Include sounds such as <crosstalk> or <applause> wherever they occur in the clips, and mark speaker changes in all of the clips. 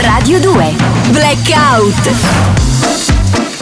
Speaker 1: Radio 2 Blackout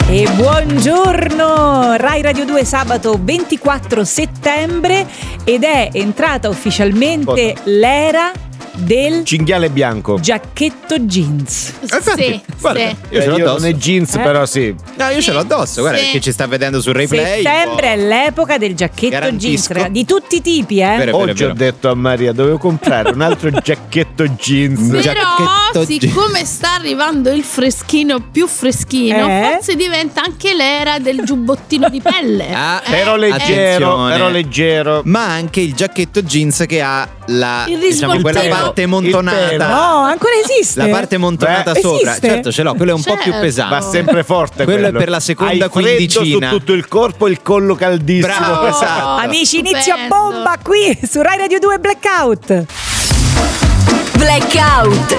Speaker 2: e buongiorno Rai Radio 2 sabato 24 settembre ed è entrata ufficialmente Cosa? l'era del
Speaker 3: cinghiale bianco
Speaker 2: giacchetto jeans
Speaker 4: eh, infatti, sì,
Speaker 3: guarda, sì. io ce l'ho addosso non è jeans eh? però sì
Speaker 5: no io sì, ce l'ho addosso guarda sì. che ci sta vedendo sul replay
Speaker 2: settembre oh. è l'epoca del giacchetto Garantisco. jeans cioè, di tutti i tipi eh
Speaker 3: vero, oggi vero. ho detto a Maria dovevo comprare un altro giacchetto jeans
Speaker 4: però
Speaker 3: giacchetto
Speaker 4: siccome jeans. sta arrivando il freschino più freschino eh? forse diventa anche l'era del giubbottino di pelle
Speaker 5: <laughs>
Speaker 4: Eh,
Speaker 3: ah,
Speaker 5: eh,
Speaker 3: però leggero però leggero
Speaker 5: ma anche il giacchetto jeans che ha la
Speaker 4: il risvoltino
Speaker 5: diciamo, la parte montonata.
Speaker 2: No, ancora esiste.
Speaker 5: La parte montonata Beh, sopra. Esiste? Certo, ce l'ho, quello è un certo. po' più pesante.
Speaker 3: Va sempre forte.
Speaker 5: Quello, quello. è per la seconda
Speaker 3: Hai
Speaker 5: quindicina.
Speaker 3: Su tutto il corpo il collo caldissimo.
Speaker 5: Bravo, esatto.
Speaker 2: Amici, inizia a bomba qui su Rai Radio 2 Blackout.
Speaker 1: Blackout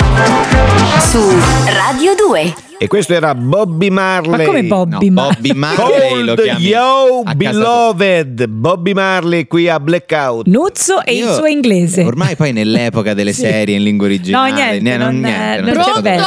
Speaker 1: su Radio 2.
Speaker 3: E questo era Bobby Marley.
Speaker 2: Ma come Bobby no, Marley?
Speaker 5: Bobby Marley lo chiami.
Speaker 3: Yo beloved, Bobby Marley qui a Blackout.
Speaker 2: Nuzzo e Io, il suo inglese.
Speaker 5: Ormai poi nell'epoca delle sì. serie in lingua originale.
Speaker 2: No, niente, ne, non, non, niente,
Speaker 4: non pronto? Bello.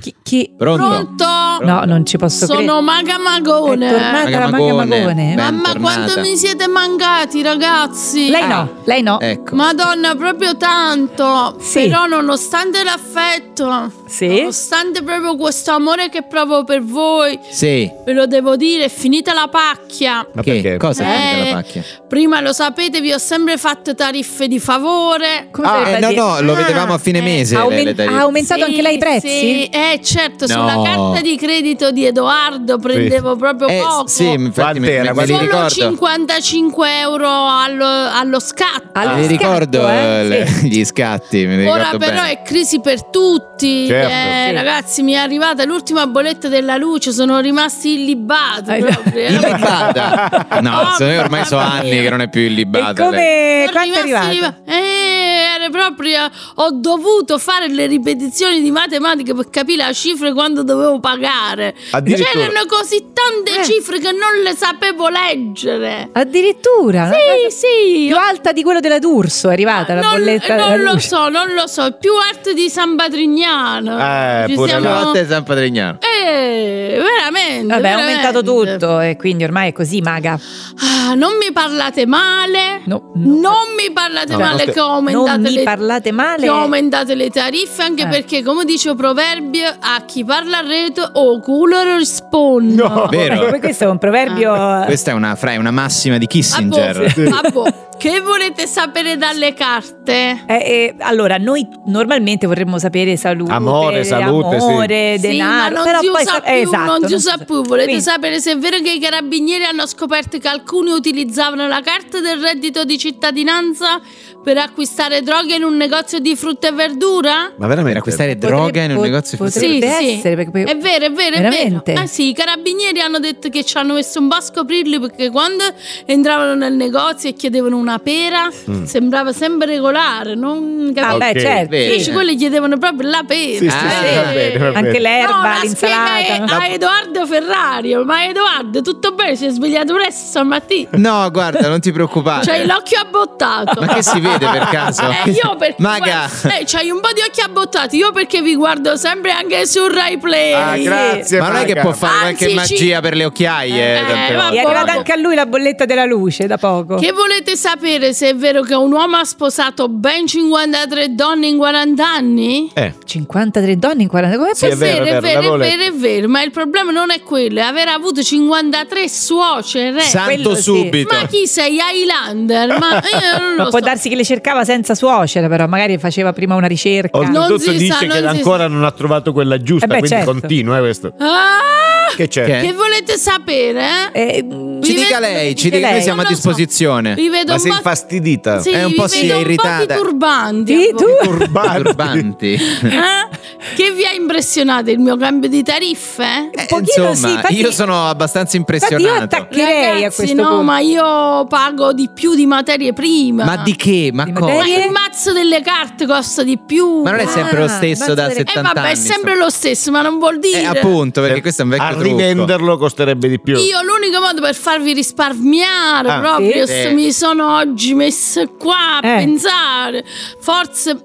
Speaker 2: Chi, chi?
Speaker 4: Pronto? pronto?
Speaker 2: No, non ci posso
Speaker 4: Sono
Speaker 2: credere.
Speaker 4: Maga Magone.
Speaker 2: È tornata Maga la Maga Magone.
Speaker 4: Mamma quanto mi siete mancati, ragazzi. Eh,
Speaker 2: Lei no, ah. lei
Speaker 3: Eh,
Speaker 2: no.
Speaker 5: Ecco.
Speaker 4: Madonna, proprio tanto. Sì. Però nonostante l'affetto,
Speaker 2: sì.
Speaker 4: nonostante proprio questo amore che provo per voi,
Speaker 5: sì.
Speaker 4: ve lo devo dire, è finita la pacchia.
Speaker 5: Ma che? Perché? Cosa è finita eh, la pacchia?
Speaker 4: Prima lo sapete, vi ho sempre fatto tariffe di favore.
Speaker 5: Come ah, eh, no, no, lo vedevamo ah, a fine mese. Eh,
Speaker 2: aument-
Speaker 5: le,
Speaker 2: ha aumentato anche lei i prezzi?
Speaker 4: Sì, eh certo, no. sulla carta di credito di Edoardo prendevo proprio poco.
Speaker 5: Eh, Sì, infatti mi, era,
Speaker 4: me, me Solo 55 euro allo, allo scatto.
Speaker 5: Allo ah, ricordo le, gli scatti.
Speaker 4: Ora però
Speaker 5: Ah, bene.
Speaker 4: è crisi per tutti. Eh,
Speaker 3: Certo,
Speaker 4: ragazzi, mi è arrivata l'ultima bolletta della luce, sono rimasti eh. illibata.
Speaker 5: illibata? no, oh, ormai so anni che non è più illibata.
Speaker 2: E come quando Eh, è arrivata?
Speaker 4: Eh, proprio ho dovuto fare le ripetizioni di matematica per capire le cifre quando dovevo pagare. C'erano così tante eh. cifre che non le sapevo leggere.
Speaker 2: Addirittura?
Speaker 4: Sì, sì.
Speaker 2: Più alta di quello della D'Urso è arrivata Ah, la
Speaker 4: non,
Speaker 2: bolletta.
Speaker 4: Non lo so, non lo so. Più alta di San Patrignano.
Speaker 5: Eh, Ci pure siamo... alta di San Patrignano.
Speaker 4: Eh, veramente.
Speaker 2: Vabbè,
Speaker 4: veramente. è
Speaker 2: aumentato tutto e quindi ormai è così, maga.
Speaker 4: Ah, non mi parlate male.
Speaker 2: No,
Speaker 4: no. Non mi parlate no, male che ho aumentato
Speaker 2: non
Speaker 4: le,
Speaker 2: parlate male.
Speaker 4: Che ho aumentato le tariffe anche eh. perché, come dice il proverbio, a chi parla a rete o oh, culo risponde.
Speaker 5: No,
Speaker 3: <laughs>
Speaker 5: vero.
Speaker 2: Eh, questo è un proverbio. Ah.
Speaker 5: Questa è una, fra, una massima di Kissinger.
Speaker 4: Ah, boh. Sì. Ah, boh. Che volete sapere dalle carte?
Speaker 2: Eh, eh, allora, noi normalmente vorremmo sapere salute,
Speaker 3: amore, salute,
Speaker 2: amore,
Speaker 3: sì.
Speaker 2: Eh, denaro.
Speaker 4: Sì,
Speaker 2: però
Speaker 4: si
Speaker 2: poi
Speaker 4: sa-
Speaker 2: più, esatto,
Speaker 4: non si usa più. Volete Quindi. sapere se è vero che i carabinieri hanno scoperto che alcuni utilizzavano la carta del reddito di cittadinanza per acquistare droga in un negozio di frutta e verdura?
Speaker 5: Ma veramente? Per acquistare
Speaker 2: potrebbe,
Speaker 5: droga in un negozio di frutta
Speaker 2: e verdura?
Speaker 4: Sì,
Speaker 2: essere,
Speaker 4: sì. Perché... È vero, è vero,
Speaker 2: veramente?
Speaker 4: è vero. Ah, sì, i carabinieri hanno detto che ci hanno messo un po' a scoprirli perché quando entravano nel negozio e chiedevano una una pera mm. sembrava sempre regolare, non
Speaker 2: capivo. Ah, okay. beh, certo.
Speaker 4: Invece quelli chiedevano proprio la pera.
Speaker 3: eh. Sì, sì, ah, sì, eh. va bene, va bene.
Speaker 2: Anche l'erba,
Speaker 4: no,
Speaker 2: l'insalata.
Speaker 4: La... A Edoardo Ferrari, ma Edoardo, tutto bene, si è svegliato presto stamattina.
Speaker 5: No, guarda, non ti
Speaker 3: Ah,
Speaker 5: preoccupare.
Speaker 3: eh.
Speaker 4: C'hai l'occhio abbottato.
Speaker 5: ma che si vede per caso?
Speaker 4: Cioè, Eh, io perché <laughs> Maga. Guarda, eh, c'hai un po' di occhi abbottato, io perché vi guardo sempre anche su Rai Play.
Speaker 3: Ah, grazie.
Speaker 5: Ma non è che può fare Anzi, qualche magia ci... per le occhiaie.
Speaker 2: Eh, vabbè, è arrivata anche a lui la bolletta della luce da poco.
Speaker 4: Che volete sapere? se è vero che un uomo ha sposato ben 53 donne in 40 anni?
Speaker 2: Eh. 53 donne in 40 anni?
Speaker 4: Sì, è, vero, è, vero, è, vero, è, vero, è vero, ma il problema non è quello, è aver avuto 53 suocere.
Speaker 5: Santo
Speaker 4: Eh, quello
Speaker 5: subito.
Speaker 4: Sì. Ma chi sei? Highlander? <laughs> Ma io non lo
Speaker 2: ma può
Speaker 4: so.
Speaker 2: darsi che le cercava senza suocera, però magari faceva prima una ricerca.
Speaker 3: Oltretutto dice sa, che non ancora sa. non ha trovato quella giusta, eh beh, quindi certo. continua eh, questo.
Speaker 4: Ah,
Speaker 3: che c'è? Che?
Speaker 4: che volete sapere?
Speaker 5: Eh, ci dica vedo, lei, ci dica, lei. noi siamo a disposizione.
Speaker 4: Vi vedo
Speaker 3: ma sei infastidita.
Speaker 4: Sì,
Speaker 5: è un po'
Speaker 4: sì, è
Speaker 5: irritata.
Speaker 4: Un po turbanti. ecco.
Speaker 2: Sì, tu?
Speaker 3: turbanti.
Speaker 5: turbanti.
Speaker 4: Eh? Che vi ha impressionato il mio cambio di tariffe?
Speaker 2: Eh, pochino,
Speaker 5: insomma,
Speaker 2: sì, infatti,
Speaker 5: io sono abbastanza impressionato.
Speaker 2: Io attaccherei
Speaker 4: Ragazzi,
Speaker 2: a questo
Speaker 4: no,
Speaker 2: punto.
Speaker 4: ma io pago di più di materie prime.
Speaker 5: Ma di che? Ma
Speaker 2: di
Speaker 5: cosa?
Speaker 4: Ma Eh, il mazzo delle carte costa di più.
Speaker 5: Ma non è sempre lo stesso ah, da 70
Speaker 4: eh, vabbè,
Speaker 5: anni.
Speaker 4: è sempre lo stesso, ma non vuol dire.
Speaker 5: Eh, appunto, perché questo è un vecchio
Speaker 3: A rivenderlo
Speaker 5: trucco.
Speaker 3: costerebbe di più.
Speaker 4: Io l'unico modo per farvi risparmiare ah, proprio sì? mi sono oggi messa qua a eh. pensare. Forse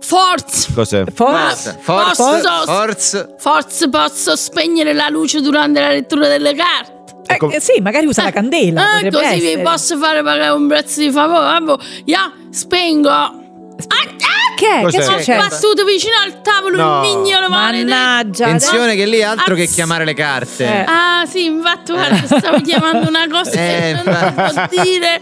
Speaker 4: Forza!
Speaker 3: Cos'è?
Speaker 2: Forza.
Speaker 5: Forza,
Speaker 4: Posso-
Speaker 5: forza.
Speaker 4: Forse posso spegnere la luce durante la lettura delle carte.
Speaker 2: Eh,
Speaker 3: Ecco-
Speaker 2: sì, magari usa la
Speaker 5: Ah,
Speaker 2: candela.
Speaker 4: Eh,
Speaker 2: potrebbe
Speaker 4: così vi
Speaker 2: essere.
Speaker 4: posso fare pagare un prezzo di favore. Vabbè, ya, spengo. Ah, ah,
Speaker 2: Che è? Che
Speaker 3: Cos'è?
Speaker 2: è
Speaker 3: Ho
Speaker 4: è
Speaker 2: successo?
Speaker 4: battuto vicino al tavolo
Speaker 3: No.
Speaker 4: il mignolo maledetto.
Speaker 2: Mannaggia.
Speaker 5: Attenzione che lì altro che
Speaker 4: Azz-
Speaker 5: chiamare le carte.
Speaker 2: Eh.
Speaker 4: Ah, sì, infatti, guarda,
Speaker 3: <laughs>
Speaker 4: stavo chiamando una cosa
Speaker 5: Eh,
Speaker 4: che non
Speaker 5: infatti.
Speaker 4: si può dire.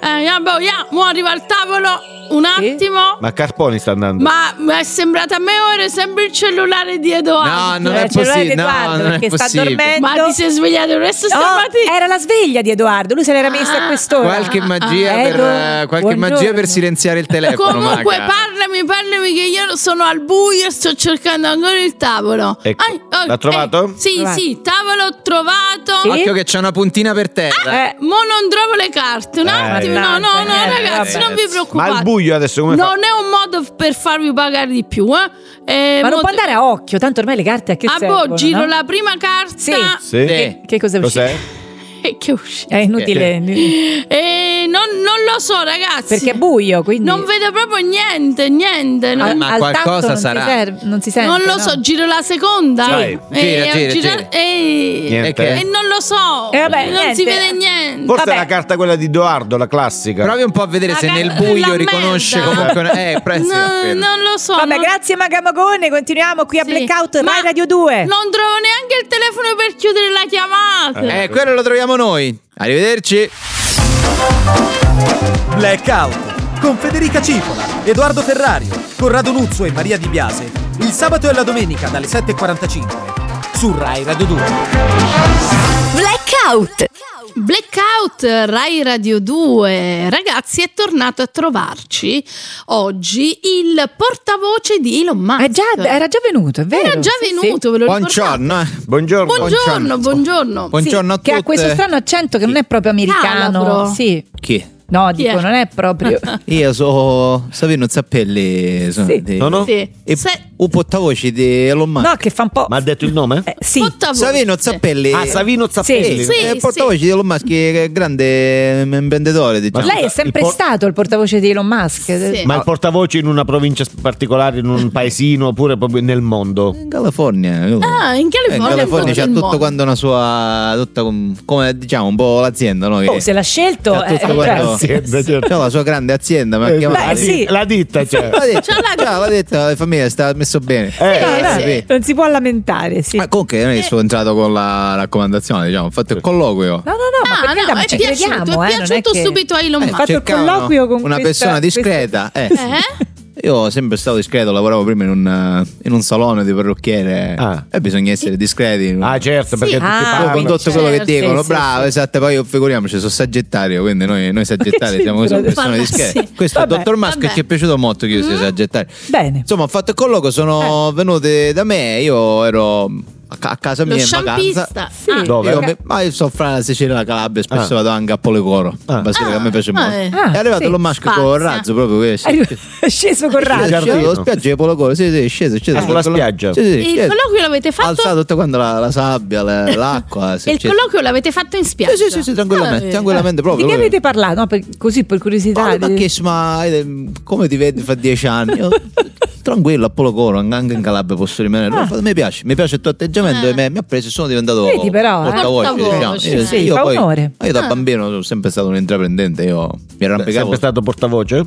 Speaker 4: Eh, ya, boh, ya, mo arrivo al tavolo un
Speaker 2: Sì?
Speaker 4: attimo.
Speaker 3: Ma Carponi sta andando.
Speaker 4: Ma mi è sembrato a me ora sempre il cellulare di Edoardo.
Speaker 5: No, non
Speaker 2: Eh,
Speaker 5: è
Speaker 2: ce l'ho
Speaker 5: possibile.
Speaker 2: Edoardo,
Speaker 5: No, non
Speaker 2: perché
Speaker 5: è
Speaker 2: sta
Speaker 5: possibile.
Speaker 2: dormendo.
Speaker 4: Ma ti sei svegliato presto
Speaker 2: No, eh,
Speaker 4: stamattina?
Speaker 2: era la sveglia di Edoardo, lui se l'era messa a quest'ora.
Speaker 5: Ah. Qualche magia,
Speaker 2: Ah,
Speaker 5: per,
Speaker 2: Edo,
Speaker 5: eh, qualche
Speaker 2: buongiorno.
Speaker 5: magia per silenziare il telefono.
Speaker 4: Comunque,
Speaker 5: maga.
Speaker 4: parlami, parlami, che io sono al buio e sto cercando ancora il tavolo.
Speaker 3: Ecco.
Speaker 4: Ah, oh,
Speaker 3: L'ha trovato?
Speaker 4: eh, sì,
Speaker 2: Trovato.
Speaker 4: sì, tavolo trovato.
Speaker 2: Sì?
Speaker 5: Occhio che c'è una puntina per terra.
Speaker 2: Eh,
Speaker 4: Mo non trovo le carte. Un
Speaker 3: Eh,
Speaker 4: attimo, no, no, no,
Speaker 2: mannaggia, eh,
Speaker 4: ragazzi, non vi
Speaker 5: ragazzi.
Speaker 3: Ma
Speaker 4: preoccupate.
Speaker 3: al buio adesso come fa?
Speaker 4: Non è un modo per farvi pagare di più, eh? Eh,
Speaker 2: ma
Speaker 4: mo-
Speaker 2: non può andare a occhio, tanto ormai le carte a che
Speaker 4: Ah,
Speaker 2: servono,
Speaker 4: boh, giro
Speaker 2: no?
Speaker 4: la prima carta
Speaker 2: Sì.
Speaker 3: Sì.
Speaker 5: Sì.
Speaker 2: Che cosa è uscito?
Speaker 3: Cos'è?
Speaker 4: che uscì.
Speaker 2: È inutile,
Speaker 4: Eh, non, non lo so, ragazzi.
Speaker 2: perché è buio, quindi
Speaker 4: non vedo proprio niente, niente. non-
Speaker 2: al-
Speaker 5: Eh, Ma
Speaker 2: al
Speaker 5: qualcosa
Speaker 2: tatto non si
Speaker 5: sarà.
Speaker 2: serve- non si sente.
Speaker 4: non lo
Speaker 2: no?
Speaker 4: so, giro la seconda.
Speaker 3: Dai,
Speaker 5: gira,
Speaker 4: ho
Speaker 5: gira,
Speaker 4: girato-
Speaker 5: gira.
Speaker 4: eh,
Speaker 3: Niente.
Speaker 5: E che-
Speaker 4: E non lo so.
Speaker 2: Eh, vabbè,
Speaker 4: non
Speaker 2: niente.
Speaker 4: si vede niente.
Speaker 3: Forse
Speaker 2: Vabbè.
Speaker 3: è la carta quella di Doardo, la classica.
Speaker 5: Provi un po' a vedere se
Speaker 4: Raga,
Speaker 5: nel
Speaker 4: la
Speaker 5: buio riconosce
Speaker 4: merda.
Speaker 5: comunque. una- Eh, prezzi
Speaker 4: No,
Speaker 5: appena.
Speaker 4: non lo so.
Speaker 2: Vabbè,
Speaker 4: non-
Speaker 2: grazie Magamagone, continuiamo qui a
Speaker 4: sì.
Speaker 2: Blackout
Speaker 4: Ma
Speaker 2: Rai Radio 2.
Speaker 4: Non trovo neanche il telefono per chiudere la chiamata.
Speaker 5: Eh, quello lo troviamo noi. Arrivederci.
Speaker 6: Blackout con Federica Cipola, Edoardo Ferrario, Corrado Nuzzo e Maria Di Biase il sabato e la domenica dalle 7.45 su Rai Radio 2.
Speaker 1: Blackout.
Speaker 4: Blackout Rai Radio 2, ragazzi, è tornato a trovarci oggi il portavoce di Elon Musk.
Speaker 2: È Eh già- era già venuto, è vero.
Speaker 4: Era già
Speaker 2: Sì, sì.
Speaker 4: venuto, ve lo ricordate?
Speaker 5: Buongiorno. eh.
Speaker 3: Buongiorno.
Speaker 4: Buongiorno, buongiorno.
Speaker 2: Sì,
Speaker 5: Buongiorno a tutti.
Speaker 2: Che ha questo strano accento che non è proprio americano.
Speaker 4: Calabro.
Speaker 2: Sì.
Speaker 5: Chi?
Speaker 2: No,
Speaker 4: Chi
Speaker 2: dico,
Speaker 4: è?
Speaker 2: non è
Speaker 4: <laughs>
Speaker 2: proprio.
Speaker 5: Io so Savino Zappelli. Sono
Speaker 2: Sì.
Speaker 5: di-
Speaker 3: Sono?
Speaker 4: Sì.
Speaker 5: E
Speaker 4: Se-
Speaker 5: un portavoce di Elon Musk.
Speaker 2: No, che fa un po'.
Speaker 3: Ma ha detto il nome?
Speaker 2: Eh, sì.
Speaker 4: Portavoce.
Speaker 5: Savino Zappelli.
Speaker 3: Ah, Savino Zappelli.
Speaker 5: Eh,
Speaker 4: Sì,
Speaker 5: è il portavoce di Elon Musk, che è grande imprenditore, diciamo.
Speaker 2: Lei è sempre
Speaker 3: Il por-
Speaker 2: stato il portavoce di Elon Musk. Eh,
Speaker 4: Sì.
Speaker 3: Ma il portavoce in una provincia particolare, in un paesino, oppure proprio nel mondo?
Speaker 5: In California. io-
Speaker 4: Ah, in
Speaker 5: Eh, in
Speaker 4: California.
Speaker 5: California c'ha
Speaker 4: del
Speaker 5: tutto
Speaker 4: mondo.
Speaker 5: quanto una sua. tutta com- come diciamo, un po' l'azienda, no? Che-
Speaker 2: Oh, se l'ha scelto.
Speaker 5: c'ha tutto
Speaker 2: eh,
Speaker 5: quanto-
Speaker 2: bravo.
Speaker 3: L'azienda, certo.
Speaker 5: c'ha la sua grande azienda, ma
Speaker 3: Eh,
Speaker 5: chiamata-
Speaker 3: la,
Speaker 2: Beh, sì.
Speaker 3: la ditta, cioè.
Speaker 5: L'ha detto,
Speaker 4: C'ha la-
Speaker 5: l'ha detto, la famiglia sta messo bene.
Speaker 3: Eh,
Speaker 2: Eh,
Speaker 5: Eh,
Speaker 2: no,
Speaker 5: sì.
Speaker 2: Non si può lamentare, sì.
Speaker 5: Ma comunque non è che sono entrato con la raccomandazione, diciamo, ho fatto il
Speaker 2: No,
Speaker 5: colloquio.
Speaker 2: no, no, ma,
Speaker 4: Ah,
Speaker 2: per carità,
Speaker 4: no,
Speaker 2: ma
Speaker 4: è
Speaker 2: ci
Speaker 4: piaciuto,
Speaker 2: crediamo,
Speaker 4: è
Speaker 2: eh, non
Speaker 4: piaciuto
Speaker 2: che-
Speaker 4: subito a Elon
Speaker 5: Eh,
Speaker 4: Musk.
Speaker 2: fatto il
Speaker 5: cercavano
Speaker 2: colloquio con
Speaker 5: una
Speaker 2: questa-
Speaker 5: persona
Speaker 2: questa-
Speaker 5: discreta. eh.
Speaker 4: Eh?
Speaker 5: Io ho sempre stato discreto, lavoravo prima in un, eh, in un salone di parrucchiere
Speaker 3: Ah.
Speaker 5: e bisogna essere discreti.
Speaker 3: Ah, certo, perché tutti
Speaker 2: Ah,
Speaker 5: Io ho
Speaker 3: parlano.
Speaker 5: condotto quello che
Speaker 2: certo,
Speaker 5: dicono,
Speaker 2: sì,
Speaker 5: bravo,
Speaker 2: sì.
Speaker 5: esatto, poi figuriamoci, sono saggettario, quindi noi,
Speaker 4: <laughs>
Speaker 5: noi saggettari
Speaker 2: Sì,
Speaker 5: siamo così,
Speaker 2: bravo.
Speaker 5: persone
Speaker 4: Vabbè,
Speaker 5: discrete.
Speaker 4: sì.
Speaker 5: Questo
Speaker 2: Vabbè,
Speaker 5: dottor Musk
Speaker 4: vabbè. Mm.
Speaker 5: ci è piaciuto molto che io sia saggettario.
Speaker 2: Bene.
Speaker 5: Insomma, ho fatto il colloquio, sono
Speaker 4: Eh.
Speaker 5: venute da me, io ero a, ca- a casa
Speaker 4: Lo
Speaker 5: mia in vacanza.
Speaker 4: sciampista.
Speaker 2: Sì.
Speaker 4: Ah,
Speaker 3: Dove?
Speaker 5: Io mi- ma io sono fra la Sicilia e la Calabria, spesso
Speaker 3: Ah.
Speaker 5: vado anche a Polecoro.
Speaker 3: Ah.
Speaker 5: Basilica,
Speaker 4: Ah,
Speaker 5: a me piace
Speaker 4: ah,
Speaker 5: molto.
Speaker 4: eh.
Speaker 2: Ah,
Speaker 5: è arrivato
Speaker 2: sì.
Speaker 5: lo Musk con il
Speaker 4: Spazia.
Speaker 5: razzo proprio questo.
Speaker 2: Arri- È <laughs> sceso con
Speaker 3: Sì,
Speaker 2: raggio.
Speaker 3: giardino.
Speaker 5: Lo spiaggia di Polecoro, sì, sì, è sceso, è sceso.
Speaker 3: Ah, sulla
Speaker 5: Quello-
Speaker 3: spiaggia?
Speaker 5: Sì, sì,
Speaker 4: Il
Speaker 5: sceso.
Speaker 4: colloquio l'avete
Speaker 5: Ha
Speaker 4: fatto?
Speaker 5: alzato tutta quando la, la sabbia, le- l'acqua. sì,
Speaker 4: <laughs> il
Speaker 5: sì.
Speaker 4: colloquio l'avete fatto in spiaggia?
Speaker 5: Sì, sì, sì, sì, tranquillamente,
Speaker 4: Ah,
Speaker 5: tranquillamente
Speaker 2: Eh, Di
Speaker 5: proprio.
Speaker 2: che
Speaker 5: proprio.
Speaker 2: avete parlato? No, per- così per curiosità.
Speaker 5: Paolo, ma
Speaker 2: di-
Speaker 5: che ma eh, come ti vedi fra dieci anni?
Speaker 2: <laughs>
Speaker 5: Io, tranquillo, a Polecoro, anche in Calabria posso rimanere.
Speaker 2: Ah. Eh.
Speaker 5: Fa- Mi piace, mi piace il tuo atteggiamento e me- mi ha preso e sono diventato
Speaker 2: Vedi però, eh.
Speaker 5: portavoce,
Speaker 4: Portavoce,
Speaker 5: diciamo.
Speaker 4: sì, sì,
Speaker 2: fa
Speaker 5: poi-
Speaker 2: onore. Ah.
Speaker 5: ma io da bambino sono sempre stato un intraprendente, io mi
Speaker 3: È
Speaker 5: arrampicavo,
Speaker 3: sempre stato portavoce?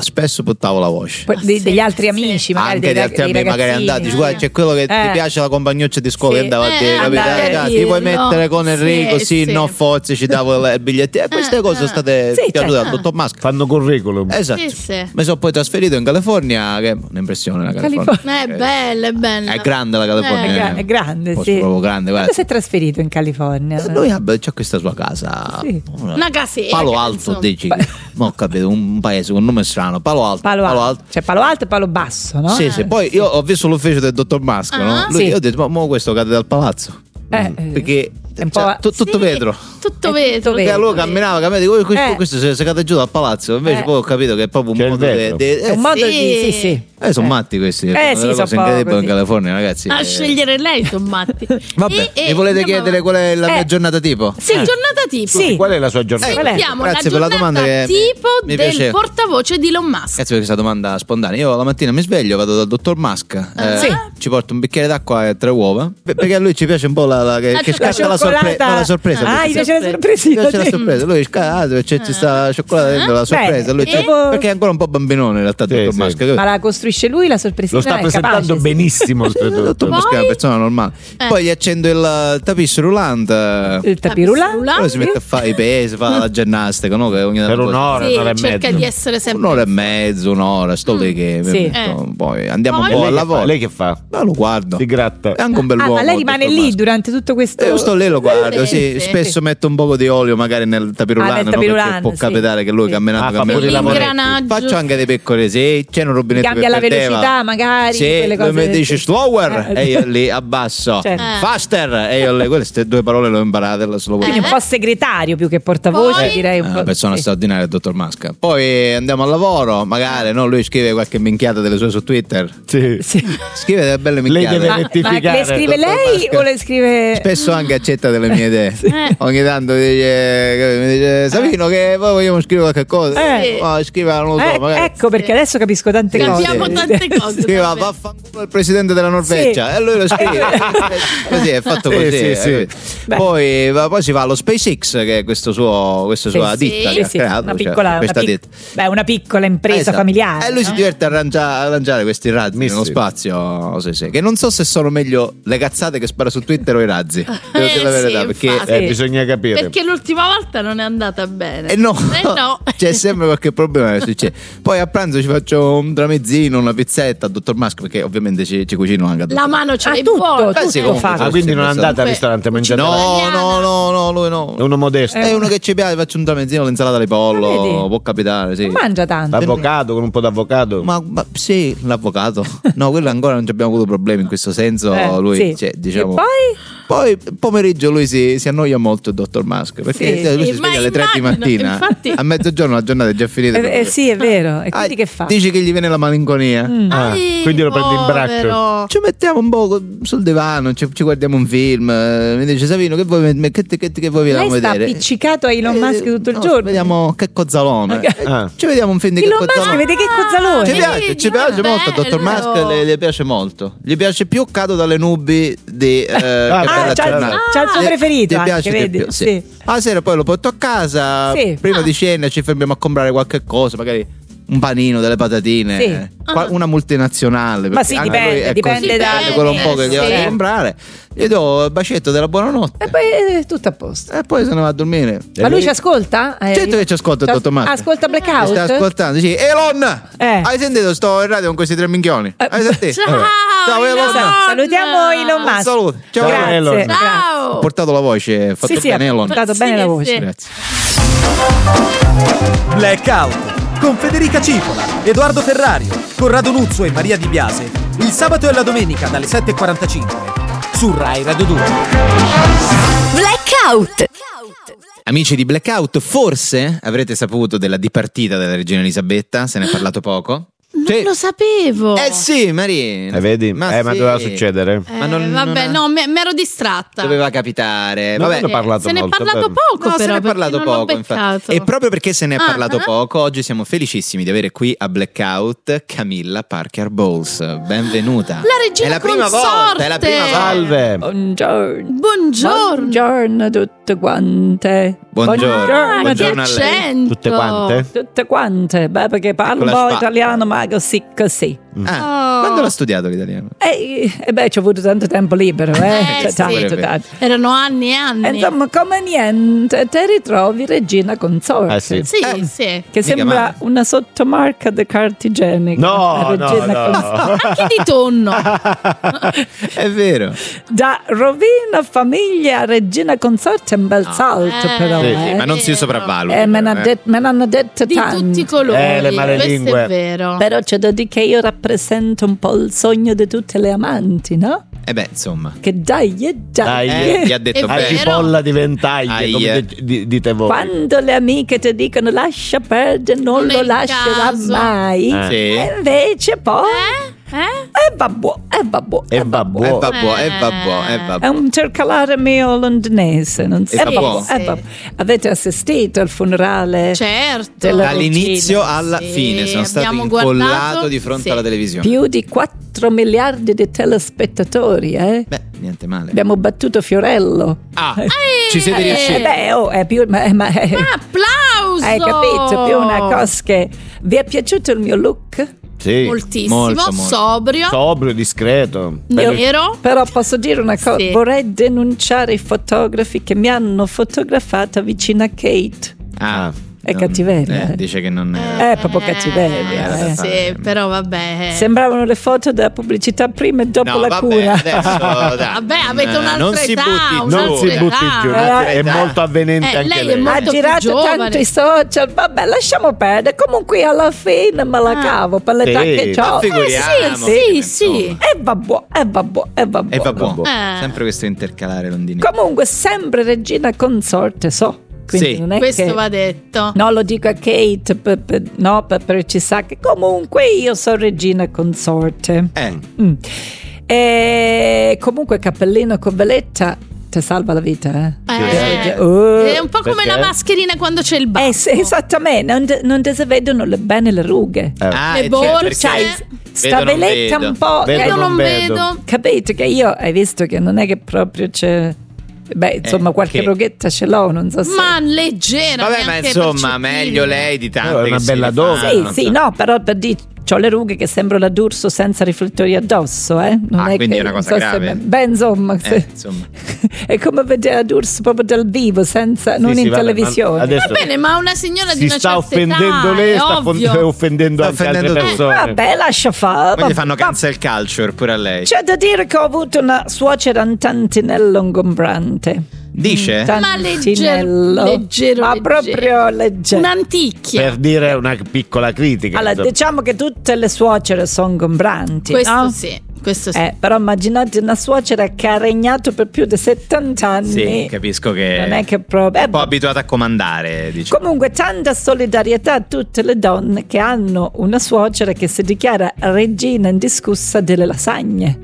Speaker 5: spesso portavo la voce.
Speaker 2: Poi de-
Speaker 4: Sì,
Speaker 2: degli altri
Speaker 4: sì.
Speaker 2: amici, magari
Speaker 5: anche
Speaker 2: dei,
Speaker 5: di altri
Speaker 2: rag- dei
Speaker 5: amici magari
Speaker 2: ragazzini.
Speaker 5: andati dici, guarda c'è quello che
Speaker 2: Eh.
Speaker 5: ti piace la compagnuccia di scuola
Speaker 2: Sì.
Speaker 5: che andava a
Speaker 4: Eh,
Speaker 5: dire capito?
Speaker 4: andava a
Speaker 5: Ah,
Speaker 4: dirlo.
Speaker 5: ti puoi mettere con
Speaker 4: Sì,
Speaker 5: Enrico sì,
Speaker 4: sì.
Speaker 5: no forse ci davo il bigliettino e queste
Speaker 4: Eh,
Speaker 5: cose
Speaker 4: eh.
Speaker 5: sono state
Speaker 2: Sì,
Speaker 5: piaciute
Speaker 2: certo.
Speaker 5: al dottor Musk
Speaker 3: Fanno curriculum.
Speaker 5: Esatto.
Speaker 4: Sì, sì.
Speaker 5: Mi sono poi trasferito in California, che è un'impressione la California.
Speaker 4: Eh, è bello, è bello.
Speaker 5: È grande la California.
Speaker 2: Eh, È, gra- è grande,
Speaker 5: Un posto
Speaker 2: sì.
Speaker 5: eh. proprio grande, guarda.
Speaker 2: Quando
Speaker 5: Eh,
Speaker 2: si è trasferito in California?
Speaker 5: Lui ha, c'ha questa sua casa.
Speaker 2: Sì. eh,
Speaker 4: Una casetta,
Speaker 5: Palo
Speaker 4: insomma.
Speaker 5: Alto, dici. Ma ho capito, un paese con un nome strano. Palo Alto.
Speaker 2: Palo alto. Cioè palo alto e palo basso, no?
Speaker 5: Sì, sì. Poi io ho visto l'ufficio del dottor Masco,
Speaker 4: Ah.
Speaker 5: no? Lui,
Speaker 2: Sì.
Speaker 5: Io ho detto, ma mo questo cade dal palazzo. Mm.
Speaker 2: Eh, eh.
Speaker 5: Perché
Speaker 2: È un po'
Speaker 5: Cioè, tu- tutto
Speaker 4: Sì,
Speaker 5: vetro.
Speaker 2: È tutto
Speaker 4: Tutto vetro.
Speaker 2: vetro.
Speaker 5: Perché allora camminava, camminava, dico, "Oh, questo,
Speaker 2: Eh.
Speaker 5: questo si è si è caduto giù dal palazzo. Invece
Speaker 2: Eh.
Speaker 5: poi ho capito che è proprio un
Speaker 3: C'è il
Speaker 5: modo di.
Speaker 3: vetro.
Speaker 5: di-
Speaker 2: È
Speaker 5: eh,
Speaker 2: un modo
Speaker 4: sì.
Speaker 2: di. Sì, sì.
Speaker 5: eh, sono matti questi.
Speaker 2: Eh,
Speaker 5: È
Speaker 2: sì, Ah,
Speaker 5: una cosa
Speaker 2: sono
Speaker 5: incredibile
Speaker 2: pochi.
Speaker 5: in California, ragazzi.
Speaker 4: A
Speaker 5: Eh.
Speaker 4: scegliere lei, sono matti.
Speaker 5: <laughs> Vabbè,
Speaker 4: E- e
Speaker 5: mi volete
Speaker 4: andiamo
Speaker 5: chiedere
Speaker 4: avanti.
Speaker 5: qual è la
Speaker 2: Eh.
Speaker 5: mia giornata tipo?
Speaker 2: Sì.
Speaker 4: Giornata tipo.
Speaker 2: Sì.
Speaker 3: Qual è la sua
Speaker 4: Eh,
Speaker 3: giornata?
Speaker 2: Qual è?
Speaker 4: Sentiamo
Speaker 5: Grazie per
Speaker 4: la
Speaker 5: la
Speaker 4: giornata
Speaker 5: domanda che
Speaker 4: tipo
Speaker 5: mi
Speaker 4: del
Speaker 5: piaceva.
Speaker 4: portavoce di Elon Musk.
Speaker 5: Grazie per questa domanda spontanea. Io la mattina mi sveglio, vado dal dottor Musk. eh,
Speaker 2: Ah. Sì.
Speaker 5: Ci porto un bicchiere d'acqua e tre uova. pe- Perché a lui ci piace un po' la, la- che,
Speaker 4: La
Speaker 5: che
Speaker 4: cioccolata.
Speaker 5: scatta la, sorpre- no, la sorpresa.
Speaker 2: Ah,
Speaker 5: perché-
Speaker 2: gli piace la
Speaker 5: Sì,
Speaker 2: sorpresina.
Speaker 5: c'è la sorpresa, lui sca- ah, c'è, c'è sta la cioccolata dentro, la sorpresa. Lui,
Speaker 2: Eh. E-
Speaker 5: cioè, perché è ancora un po' bambinone in realtà. il
Speaker 3: Sì,
Speaker 5: dottor
Speaker 3: sì.
Speaker 5: Musk.
Speaker 2: Ma la costruisce lui la sorpresina?
Speaker 3: Lo sta
Speaker 2: È
Speaker 3: presentando
Speaker 2: eh, capace, sì.
Speaker 3: benissimo. oltretutto.
Speaker 5: Dottor Musk è una persona normale.
Speaker 4: Eh.
Speaker 5: Poi gli accendo il tapis roulante.
Speaker 2: <laughs> Il tapirulà.
Speaker 4: Tapirulà.
Speaker 5: Poi si mette a fare i pesi, fa la ginnastica. No? Che ogni
Speaker 3: per un'ora,
Speaker 4: Sì,
Speaker 3: un'ora e
Speaker 4: cerca
Speaker 3: mezza.
Speaker 4: di essere sempre
Speaker 5: Un'ora e mezzo, un'ora, sto lì che
Speaker 2: Mm, Sì.
Speaker 5: mi metto,
Speaker 4: Eh.
Speaker 5: poi andiamo
Speaker 4: Poi?
Speaker 5: un po'
Speaker 3: Lei che
Speaker 5: al
Speaker 3: fa?
Speaker 5: lavoro.
Speaker 3: Lei che fa?
Speaker 5: Ma lo guardo.
Speaker 3: Si
Speaker 5: È
Speaker 3: gratta.
Speaker 5: anche un bel
Speaker 2: Ah,
Speaker 5: uomo.
Speaker 2: ma lei rimane
Speaker 5: dottor
Speaker 2: lì
Speaker 5: Musk.
Speaker 2: durante tutto questo.
Speaker 5: Eh, Io sto lì lo guardo, sì.
Speaker 4: Sì, sì.
Speaker 5: Spesso metto un poco di olio magari nel tapirulano,
Speaker 2: Ah, nel
Speaker 5: no?
Speaker 2: tapirulano,
Speaker 5: Perché può
Speaker 2: sì.
Speaker 5: capitare che lui
Speaker 2: Sì.
Speaker 5: camminando
Speaker 3: Ah, fa pure
Speaker 5: camminando
Speaker 3: i lavoretti.
Speaker 4: L'ingranaggio.
Speaker 5: Faccio anche dei piccoli sì, c'è un rubinetto
Speaker 2: Cambia
Speaker 5: che
Speaker 2: la
Speaker 5: perdeva.
Speaker 2: velocità, magari,
Speaker 5: Sì,
Speaker 2: quelle
Speaker 5: lui
Speaker 2: cose-
Speaker 5: mi dice slower
Speaker 2: Eh.
Speaker 5: e io lì abbasso.
Speaker 2: <laughs> Certo.
Speaker 4: Eh.
Speaker 5: Faster e io lì queste due parole le ho imparate la slower.
Speaker 2: Quindi un po' segretario più che portavoce,
Speaker 4: Poi?
Speaker 2: direi un po'.
Speaker 5: È Eh, Una persona
Speaker 2: sì.
Speaker 5: straordinaria il dottor Masca. Poi andiamo al lavoro, magari no? lui scrive qualche minchiata delle sue su Twitter.
Speaker 3: Sì.
Speaker 5: <laughs>
Speaker 2: Sì.
Speaker 5: Scrive delle belle
Speaker 3: Lei
Speaker 5: minchiate.
Speaker 3: deve
Speaker 2: Ma- ma
Speaker 3: rettificare.
Speaker 2: le scrive
Speaker 5: dottor
Speaker 2: lei
Speaker 5: Pasca.
Speaker 2: o le scrive Eh,
Speaker 5: Spesso anche accetta
Speaker 2: <laughs>
Speaker 5: delle mie idee.
Speaker 4: Eh.
Speaker 5: Ogni tanto dice, mi dice Savino che poi vogliamo scrivere qualche cosa.
Speaker 2: Eh.
Speaker 5: Oh, scriva, non lo so,
Speaker 2: Eh,
Speaker 5: magari.
Speaker 2: ecco perché adesso capisco tante
Speaker 5: Sì,
Speaker 2: cose
Speaker 4: Capiamo
Speaker 2: <laughs>
Speaker 5: sì.
Speaker 4: tante cose.
Speaker 5: Scriva
Speaker 4: vabbè.
Speaker 5: vaffanculo il presidente della Norvegia
Speaker 2: Sì.
Speaker 5: e lui
Speaker 2: <laughs>
Speaker 5: lo scrive così è fatto
Speaker 3: Sì,
Speaker 5: così
Speaker 3: sì,
Speaker 5: eh,
Speaker 3: sì.
Speaker 5: capito?
Speaker 2: Beh.
Speaker 5: Poi, va- poi si va allo SpaceX che è questo suo, questa
Speaker 2: Sì,
Speaker 5: sua
Speaker 2: Eh sì.
Speaker 5: ditta
Speaker 2: Sì,
Speaker 5: che ha
Speaker 2: sì,
Speaker 5: creato
Speaker 2: una
Speaker 5: cioè,
Speaker 2: piccola, una
Speaker 5: questa
Speaker 2: pic-
Speaker 5: ditta
Speaker 2: beh, una piccola impresa
Speaker 5: Esatto.
Speaker 2: familiare
Speaker 5: E lui si
Speaker 2: no?
Speaker 5: diverte a arrangia- a lanciare questi razzi
Speaker 3: Missili.
Speaker 5: nello spazio. sì, sì, Che non so se sono meglio le cazzate che spara su Twitter o i razzi. Devo dire la
Speaker 4: Eh, sì,
Speaker 5: verità. perché.
Speaker 4: infatti.
Speaker 3: Eh, bisogna capire.
Speaker 4: Perché l'ultima volta non è andata bene.
Speaker 5: eh no,
Speaker 4: Eh
Speaker 5: <laughs>
Speaker 4: no.
Speaker 5: c'è sempre qualche problema che succede. Poi a pranzo ci faccio un tramezzino, una pizzetta, dottor Musk, perché ovviamente ci, ci cucino anche. a
Speaker 4: La
Speaker 5: dottor
Speaker 4: mano ce
Speaker 2: Ah,
Speaker 4: l'hai
Speaker 2: tutto,
Speaker 4: buona.
Speaker 2: tutto
Speaker 5: Beh, sì,
Speaker 2: lo
Speaker 5: comunque,
Speaker 2: fa
Speaker 3: Ah, quindi non è andata al
Speaker 4: Comunque,
Speaker 3: ristorante a mangiare.
Speaker 5: No, Eh.
Speaker 4: italiana.
Speaker 5: no, no, no, lui no.
Speaker 3: È un uomo destro.
Speaker 5: Cioè, È uno che ci piace, faccio un tramezzino, l'insalata di
Speaker 2: Ah, vedi?
Speaker 5: pollo, può capitare, sì.
Speaker 2: non mangia tanto
Speaker 3: L'avvocato, con un po' d'avvocato.
Speaker 5: Ma, ma sì,
Speaker 2: <laughs>
Speaker 5: l'avvocato. No, quello ancora non ci abbiamo avuto problemi in questo senso.
Speaker 2: Eh,
Speaker 5: lui,
Speaker 2: sì.
Speaker 5: cioè, diciamo,
Speaker 2: e poi
Speaker 5: Poi pomeriggio lui si, si annoia molto il dottor Musk perché
Speaker 2: Sì.
Speaker 5: cioè, lui
Speaker 4: Sì,
Speaker 5: si sveglia
Speaker 4: ma
Speaker 5: alle 3 di
Speaker 4: immagino,
Speaker 5: mattina
Speaker 4: infatti.
Speaker 5: a mezzogiorno la giornata è già finita
Speaker 2: eh, eh,
Speaker 5: proprio.
Speaker 2: sì è vero e
Speaker 5: Ah,
Speaker 2: quindi che fa Mm.
Speaker 5: dici che gli viene la malinconia
Speaker 3: Ah,
Speaker 4: Ai,
Speaker 3: quindi lo prendi in braccio.
Speaker 4: povero.
Speaker 2: Cioè,
Speaker 5: ci mettiamo un po' sul divano ci, ci guardiamo un film eh, mi dice Savino che vuoi che, che, che, che vuoi
Speaker 2: lei
Speaker 5: vogliamo
Speaker 2: sta
Speaker 5: vedere
Speaker 2: appiccicato a Elon
Speaker 5: Eh,
Speaker 2: Musk tutto il
Speaker 5: no,
Speaker 2: giorno
Speaker 5: vediamo che cozzalone
Speaker 3: Ah.
Speaker 5: ci vediamo un film di
Speaker 2: Elon
Speaker 5: che
Speaker 2: Musk
Speaker 5: cozzalone
Speaker 2: vede che cozzalone
Speaker 5: ci
Speaker 4: Ah, Vedi,
Speaker 5: piace, ci piace
Speaker 4: bello.
Speaker 5: molto, dottor Musk le, le piace molto. Gli piace più Cado dalle nubi di
Speaker 2: <laughs>
Speaker 5: eh, Che
Speaker 3: Ah,
Speaker 5: bella
Speaker 2: c'ha il-
Speaker 5: giornata.
Speaker 2: c'ha il suo
Speaker 5: Gli-
Speaker 2: preferito
Speaker 5: Gli
Speaker 2: anche,
Speaker 5: piace di
Speaker 2: vedi?
Speaker 5: più, sì.
Speaker 2: Sì.
Speaker 5: La sera poi lo porto a casa,
Speaker 2: Sì. Ah.
Speaker 5: prima di cena ci fermiamo a comprare qualche cosa, magari un panino, delle patatine,
Speaker 2: Sì. Ah.
Speaker 5: eh, qua- una multinazionale.
Speaker 2: Ma
Speaker 5: perché
Speaker 2: sì,
Speaker 5: anche
Speaker 2: dipende,
Speaker 5: lui è
Speaker 2: dipende
Speaker 5: così,
Speaker 4: da-
Speaker 5: è quello un po' che gli
Speaker 4: sì.
Speaker 5: va a comprare. Gli do il bacetto della buonanotte
Speaker 2: e poi eh, tutto a posto
Speaker 5: e poi se ne va a dormire.
Speaker 2: ma lui
Speaker 3: lui-
Speaker 2: ci ascolta? Eh,
Speaker 5: Certo che ci ascolta,
Speaker 2: ci as-
Speaker 5: dottor Musk.
Speaker 2: ascolta
Speaker 5: Mi sta
Speaker 2: Blackout?
Speaker 5: ascoltando, sì. Elon!
Speaker 2: Eh.
Speaker 5: Hai sentito sto in radio con questi tre minchioni? Hai sentito?
Speaker 4: Ciao,
Speaker 5: Ciao, Elon.
Speaker 4: Elon.
Speaker 2: salutiamo Elon Musk
Speaker 5: saluto. Ciao,
Speaker 2: grazie,
Speaker 3: Elon.
Speaker 2: grazie.
Speaker 5: Ho
Speaker 4: Ciao.
Speaker 5: portato la voce, ho fatto
Speaker 2: sì sì
Speaker 5: bene
Speaker 2: ha
Speaker 5: Elon.
Speaker 2: portato
Speaker 4: Sì,
Speaker 2: bene la
Speaker 4: sì.
Speaker 2: voce
Speaker 5: Grazie.
Speaker 6: Blackout con Federica Cipola, Edoardo Ferrario, Corrado Nuzzo e Maria Di Biase. Il sabato e la domenica dalle 7.45 su Rai Radio 2.
Speaker 1: Blackout.
Speaker 5: Amici di Blackout, forse avrete saputo della dipartita della regina Elisabetta, se ne è parlato poco.
Speaker 4: Non
Speaker 5: Sì.
Speaker 4: lo sapevo.
Speaker 5: Eh sì, Marina.
Speaker 3: Eh, vedi? eh, ma
Speaker 5: sì.
Speaker 3: doveva succedere.
Speaker 4: Eh,
Speaker 5: ma non-
Speaker 4: vabbè,
Speaker 5: non-
Speaker 4: no, mi, mi ero distratta. Eh,
Speaker 5: Doveva capitare.
Speaker 3: Non
Speaker 5: Vabbè.
Speaker 3: hanno parlato
Speaker 4: se ne è
Speaker 3: molto,
Speaker 4: parlato
Speaker 3: vero?
Speaker 4: poco,
Speaker 5: No,
Speaker 4: però,
Speaker 5: se ne è
Speaker 4: perché
Speaker 5: parlato
Speaker 4: non l'ho
Speaker 5: poco, infatti.
Speaker 4: beccato.
Speaker 5: E proprio perché se ne è
Speaker 4: Ah,
Speaker 5: parlato
Speaker 4: ah.
Speaker 5: poco, oggi siamo felicissimi di avere qui a Blackout Camilla Parker Bowles. Benvenuta.
Speaker 4: La regina
Speaker 5: È la prima
Speaker 4: consorte.
Speaker 5: volta, è la prima volta.
Speaker 3: Salve.
Speaker 2: Eh. buongiorno
Speaker 4: Buongiorno.
Speaker 2: Buongiorno a tutte quante.
Speaker 5: Buongiorno.
Speaker 4: Ah,
Speaker 5: Buongiorno
Speaker 4: che
Speaker 5: a lei.
Speaker 4: accento.
Speaker 3: Tutte quante?
Speaker 2: Tutte quante. Beh, perché parlo un
Speaker 5: Ecco la
Speaker 2: po'
Speaker 5: spa-
Speaker 2: italiano, ma così così.
Speaker 5: Ah,
Speaker 4: Oh.
Speaker 5: Quando l'ha studiato l'italiano?
Speaker 2: E, e beh, ci ho avuto tanto tempo libero, eh.
Speaker 4: Eh,
Speaker 2: Cioè,
Speaker 4: sì. Mm.
Speaker 2: tanto, tanto.
Speaker 4: Erano anni e anni.
Speaker 2: E Eh, Insomma, come niente, te ritrovi Regina Consorte.
Speaker 3: Eh, sì.
Speaker 4: sì,
Speaker 5: eh.
Speaker 4: sì.
Speaker 2: Che
Speaker 5: Mica
Speaker 2: sembra
Speaker 5: male.
Speaker 2: una sottomarca di Cartigenica.
Speaker 3: No, no,
Speaker 2: Regina Consorte.
Speaker 3: no.
Speaker 4: Anche
Speaker 2: <laughs>
Speaker 4: di tonno.
Speaker 3: <laughs>
Speaker 5: È vero.
Speaker 2: Da rovina famiglia Regina Consorte è un bel
Speaker 5: No.
Speaker 2: salto,
Speaker 4: Eh,
Speaker 2: però.
Speaker 3: Sì,
Speaker 2: eh.
Speaker 3: sì,
Speaker 5: Ma non si
Speaker 4: vero.
Speaker 5: sopravvaluti.
Speaker 2: Eh, me, n'ha
Speaker 5: però, eh.
Speaker 2: det- me l'hanno detto
Speaker 4: di
Speaker 2: tanti.
Speaker 4: tutti i colori.
Speaker 3: Eh, le
Speaker 4: Questo
Speaker 3: malelingue.
Speaker 4: è vero.
Speaker 2: Però c'è da dire che io rappresento un po' il sogno di tutte le amanti, no?
Speaker 5: E Eh beh, insomma.
Speaker 2: Che dai, e dai.
Speaker 3: Dai,
Speaker 5: Eh, gli ha detto
Speaker 4: È
Speaker 3: A
Speaker 4: vero.
Speaker 5: bene.
Speaker 3: cipolla di ventaglie,
Speaker 5: Aia.
Speaker 3: come de- di- dite voi.
Speaker 2: Quando le amiche ti dicono lascia perdere, non,
Speaker 4: Non è
Speaker 2: lo
Speaker 4: il
Speaker 2: lascerà
Speaker 4: caso.
Speaker 2: mai.
Speaker 3: Eh.
Speaker 5: Sì.
Speaker 2: E invece poi...
Speaker 4: Eh? Eh?
Speaker 2: E vabbè, e vabbè.
Speaker 3: E
Speaker 2: eh, vabbè.
Speaker 5: E
Speaker 3: vabbò.
Speaker 5: vabbò, e vabbò, e
Speaker 2: È
Speaker 5: vabbò.
Speaker 2: un cercalare mio londinese, non so.
Speaker 5: Eh, vabbò.
Speaker 2: vabbò, eh,
Speaker 4: Sì.
Speaker 2: vabbè. Avete assistito al funerale?
Speaker 4: Certo.
Speaker 2: Della-
Speaker 5: Dall'inizio
Speaker 2: Cucina,
Speaker 5: alla
Speaker 4: sì.
Speaker 5: fine sono stato
Speaker 4: Abbiamo
Speaker 5: incollato
Speaker 4: guardato-
Speaker 5: di fronte
Speaker 4: sì.
Speaker 5: alla televisione.
Speaker 2: Più di 4 miliardi di telespettatori, eh?
Speaker 5: Beh, niente male.
Speaker 2: Abbiamo battuto Fiorello.
Speaker 5: Ah,
Speaker 4: Eh.
Speaker 5: ci siete
Speaker 2: Eh,
Speaker 4: Eh,
Speaker 5: riusciti.
Speaker 2: beh, oh, è più. Ma, ma-
Speaker 4: Applauso!
Speaker 2: hai capito? Più una cosa che. Vi è piaciuto il mio look?
Speaker 3: Sì.
Speaker 4: Moltissimo,
Speaker 5: Molto, molto.
Speaker 4: sobrio,
Speaker 3: Sobrio, discreto. Bello-
Speaker 4: nero.
Speaker 2: Però posso dire una cosa:
Speaker 4: Sì.
Speaker 2: vorrei denunciare i fotografi che mi hanno fotografata vicino a Kate.
Speaker 5: Ah,
Speaker 2: È
Speaker 5: non-
Speaker 2: cattiveria.
Speaker 5: eh, dice che non era.
Speaker 2: È proprio
Speaker 5: era
Speaker 2: cattiveria. eh.
Speaker 5: da
Speaker 4: Sì,
Speaker 5: fare.
Speaker 4: però vabbè.
Speaker 2: Sembravano le foto della pubblicità prima e dopo
Speaker 5: No,
Speaker 2: la
Speaker 5: vabbè,
Speaker 2: cura.
Speaker 5: adesso, dai,
Speaker 4: Vabbè, avete
Speaker 5: non-
Speaker 4: un'altra
Speaker 5: non si
Speaker 4: età,
Speaker 5: butti giù.
Speaker 3: Non si
Speaker 4: Un'altra
Speaker 3: butti
Speaker 4: età.
Speaker 3: giù,
Speaker 2: Un'altra
Speaker 3: è
Speaker 5: età.
Speaker 3: molto avvenente
Speaker 4: ah. Eh,
Speaker 3: anche
Speaker 4: lei
Speaker 3: lei.
Speaker 4: è
Speaker 2: ha
Speaker 4: molto più
Speaker 2: girato
Speaker 4: giovane.
Speaker 2: tanto i social, vabbè, lasciamo perdere. Comunque alla fine me la
Speaker 4: Ah.
Speaker 2: cavo per l'età
Speaker 3: Sì,
Speaker 2: che ho.
Speaker 5: Ma figuriamoci,
Speaker 4: Eh, sì,
Speaker 5: insomma.
Speaker 4: sì.
Speaker 2: E vabbè, e vabbè, e vabbè.
Speaker 5: E va buono.
Speaker 4: Eh.
Speaker 5: Sempre questo intercalare londinese.
Speaker 2: Comunque sempre regina consorte, so. Quindi
Speaker 5: Sì.
Speaker 2: non è
Speaker 4: Questo
Speaker 2: Eh, che...
Speaker 4: va detto.
Speaker 2: No, lo dico a Kate, per, per- no, per precisare che comunque io sono regina consorte.
Speaker 5: Eh,
Speaker 2: Mm. E comunque cappellino con veletta ti salva la vita, eh?
Speaker 4: Eh,
Speaker 2: Oh.
Speaker 4: è un po' come
Speaker 3: Perché?
Speaker 4: la mascherina quando c'è il baffo.
Speaker 2: Eh, sì, esattamente, non, de- non si vedono le- bene le rughe.
Speaker 3: Eh,
Speaker 5: ah,
Speaker 4: Le
Speaker 5: eh,
Speaker 4: borse.
Speaker 5: perché-
Speaker 2: Sai, sta
Speaker 5: vedo, non
Speaker 2: veletta
Speaker 5: vedo.
Speaker 2: un po'.
Speaker 3: Vedo,
Speaker 2: eh,
Speaker 4: Io non
Speaker 3: non vedo.
Speaker 4: vedo.
Speaker 2: Capito che io hai visto che non è che proprio c'è. Beh, insomma, qualche
Speaker 5: Eh, che-
Speaker 2: rughetta ce l'ho, non so se.
Speaker 4: Ma leggera.
Speaker 5: Vabbè, ma
Speaker 4: Eh, neanche
Speaker 5: insomma,
Speaker 4: percettibile.
Speaker 5: meglio lei di tante.
Speaker 3: Eh, è una
Speaker 5: che si
Speaker 3: bella
Speaker 5: rifanno,
Speaker 3: donna.
Speaker 2: sì,
Speaker 5: non
Speaker 2: sì,
Speaker 5: so.
Speaker 2: no, però per dire. Ho le rughe che sembrano la d'urso senza riflettori addosso, eh? Non
Speaker 5: Ah,
Speaker 2: è che,
Speaker 5: quindi è una
Speaker 2: non
Speaker 5: cosa
Speaker 2: so
Speaker 5: grave.
Speaker 2: se- beh, insomma,
Speaker 5: Eh,
Speaker 2: se-
Speaker 5: insomma.
Speaker 2: <laughs> è come vedere la d'urso proprio dal vivo, senza, non
Speaker 3: sì,
Speaker 2: in
Speaker 3: vabbè, ma
Speaker 2: televisione.
Speaker 3: adesso
Speaker 4: Va bene, ma una signora di
Speaker 3: si
Speaker 4: una
Speaker 3: sta
Speaker 4: certa
Speaker 3: offendendo
Speaker 4: età,
Speaker 3: lei,
Speaker 4: è
Speaker 3: sta fon-
Speaker 5: eh,
Speaker 4: ovvio.
Speaker 3: offendendo
Speaker 5: Sta
Speaker 3: anche
Speaker 5: offendendo
Speaker 3: altre
Speaker 5: tutti.
Speaker 3: persone.
Speaker 2: Vabbè, Cioè, lascia fare.
Speaker 5: Poi gli
Speaker 2: ma-
Speaker 5: fanno
Speaker 2: ma-
Speaker 5: cancel culture pure a lei.
Speaker 2: C'è da dire che ho avuto una suocera un tantinello ingombrante.
Speaker 5: Dice?
Speaker 2: Un
Speaker 4: Ma legger-
Speaker 2: tantinello.
Speaker 4: leggero,
Speaker 2: Ma
Speaker 4: leggero.
Speaker 2: proprio leggero.
Speaker 4: Un'antichia.
Speaker 3: Per dire una piccola critica.
Speaker 2: Allora,
Speaker 3: insomma.
Speaker 2: diciamo che tutte le suocere sono ingombranti,
Speaker 4: questo
Speaker 2: no?
Speaker 4: sì, questo sì.
Speaker 2: Ah. Eh, però immaginate una suocera che ha regnato per più di 70 anni.
Speaker 5: Sì, capisco che.
Speaker 2: Non è che proprio... eh,
Speaker 5: Un po' abituata a comandare, diciamo.
Speaker 2: Comunque, tanta solidarietà a tutte le donne che hanno una suocera che si dichiara regina indiscussa delle lasagne.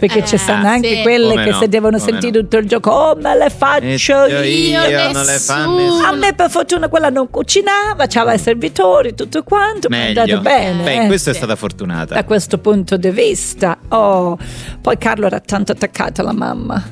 Speaker 2: Perché
Speaker 4: Eh,
Speaker 2: ci stanno
Speaker 4: ah,
Speaker 2: anche
Speaker 4: sì.
Speaker 2: quelle
Speaker 5: Come
Speaker 2: che
Speaker 5: no,
Speaker 2: si devono
Speaker 5: come
Speaker 2: sentire
Speaker 5: no.
Speaker 2: tutto il gioco. Come le
Speaker 5: Eh,
Speaker 2: faccio io?
Speaker 4: io,
Speaker 5: non le fa
Speaker 4: nessuno.
Speaker 5: nessuno.
Speaker 2: A me, per fortuna, quella non cucinava, c'aveva i servitori, tutto quanto. mi è
Speaker 5: Meglio.
Speaker 2: andato bene.
Speaker 5: Beh,
Speaker 2: eh.
Speaker 5: in questo è
Speaker 4: Sì.
Speaker 5: stata fortunata.
Speaker 2: Da questo punto di vista, oh. poi Carlo era tanto attaccato alla mamma.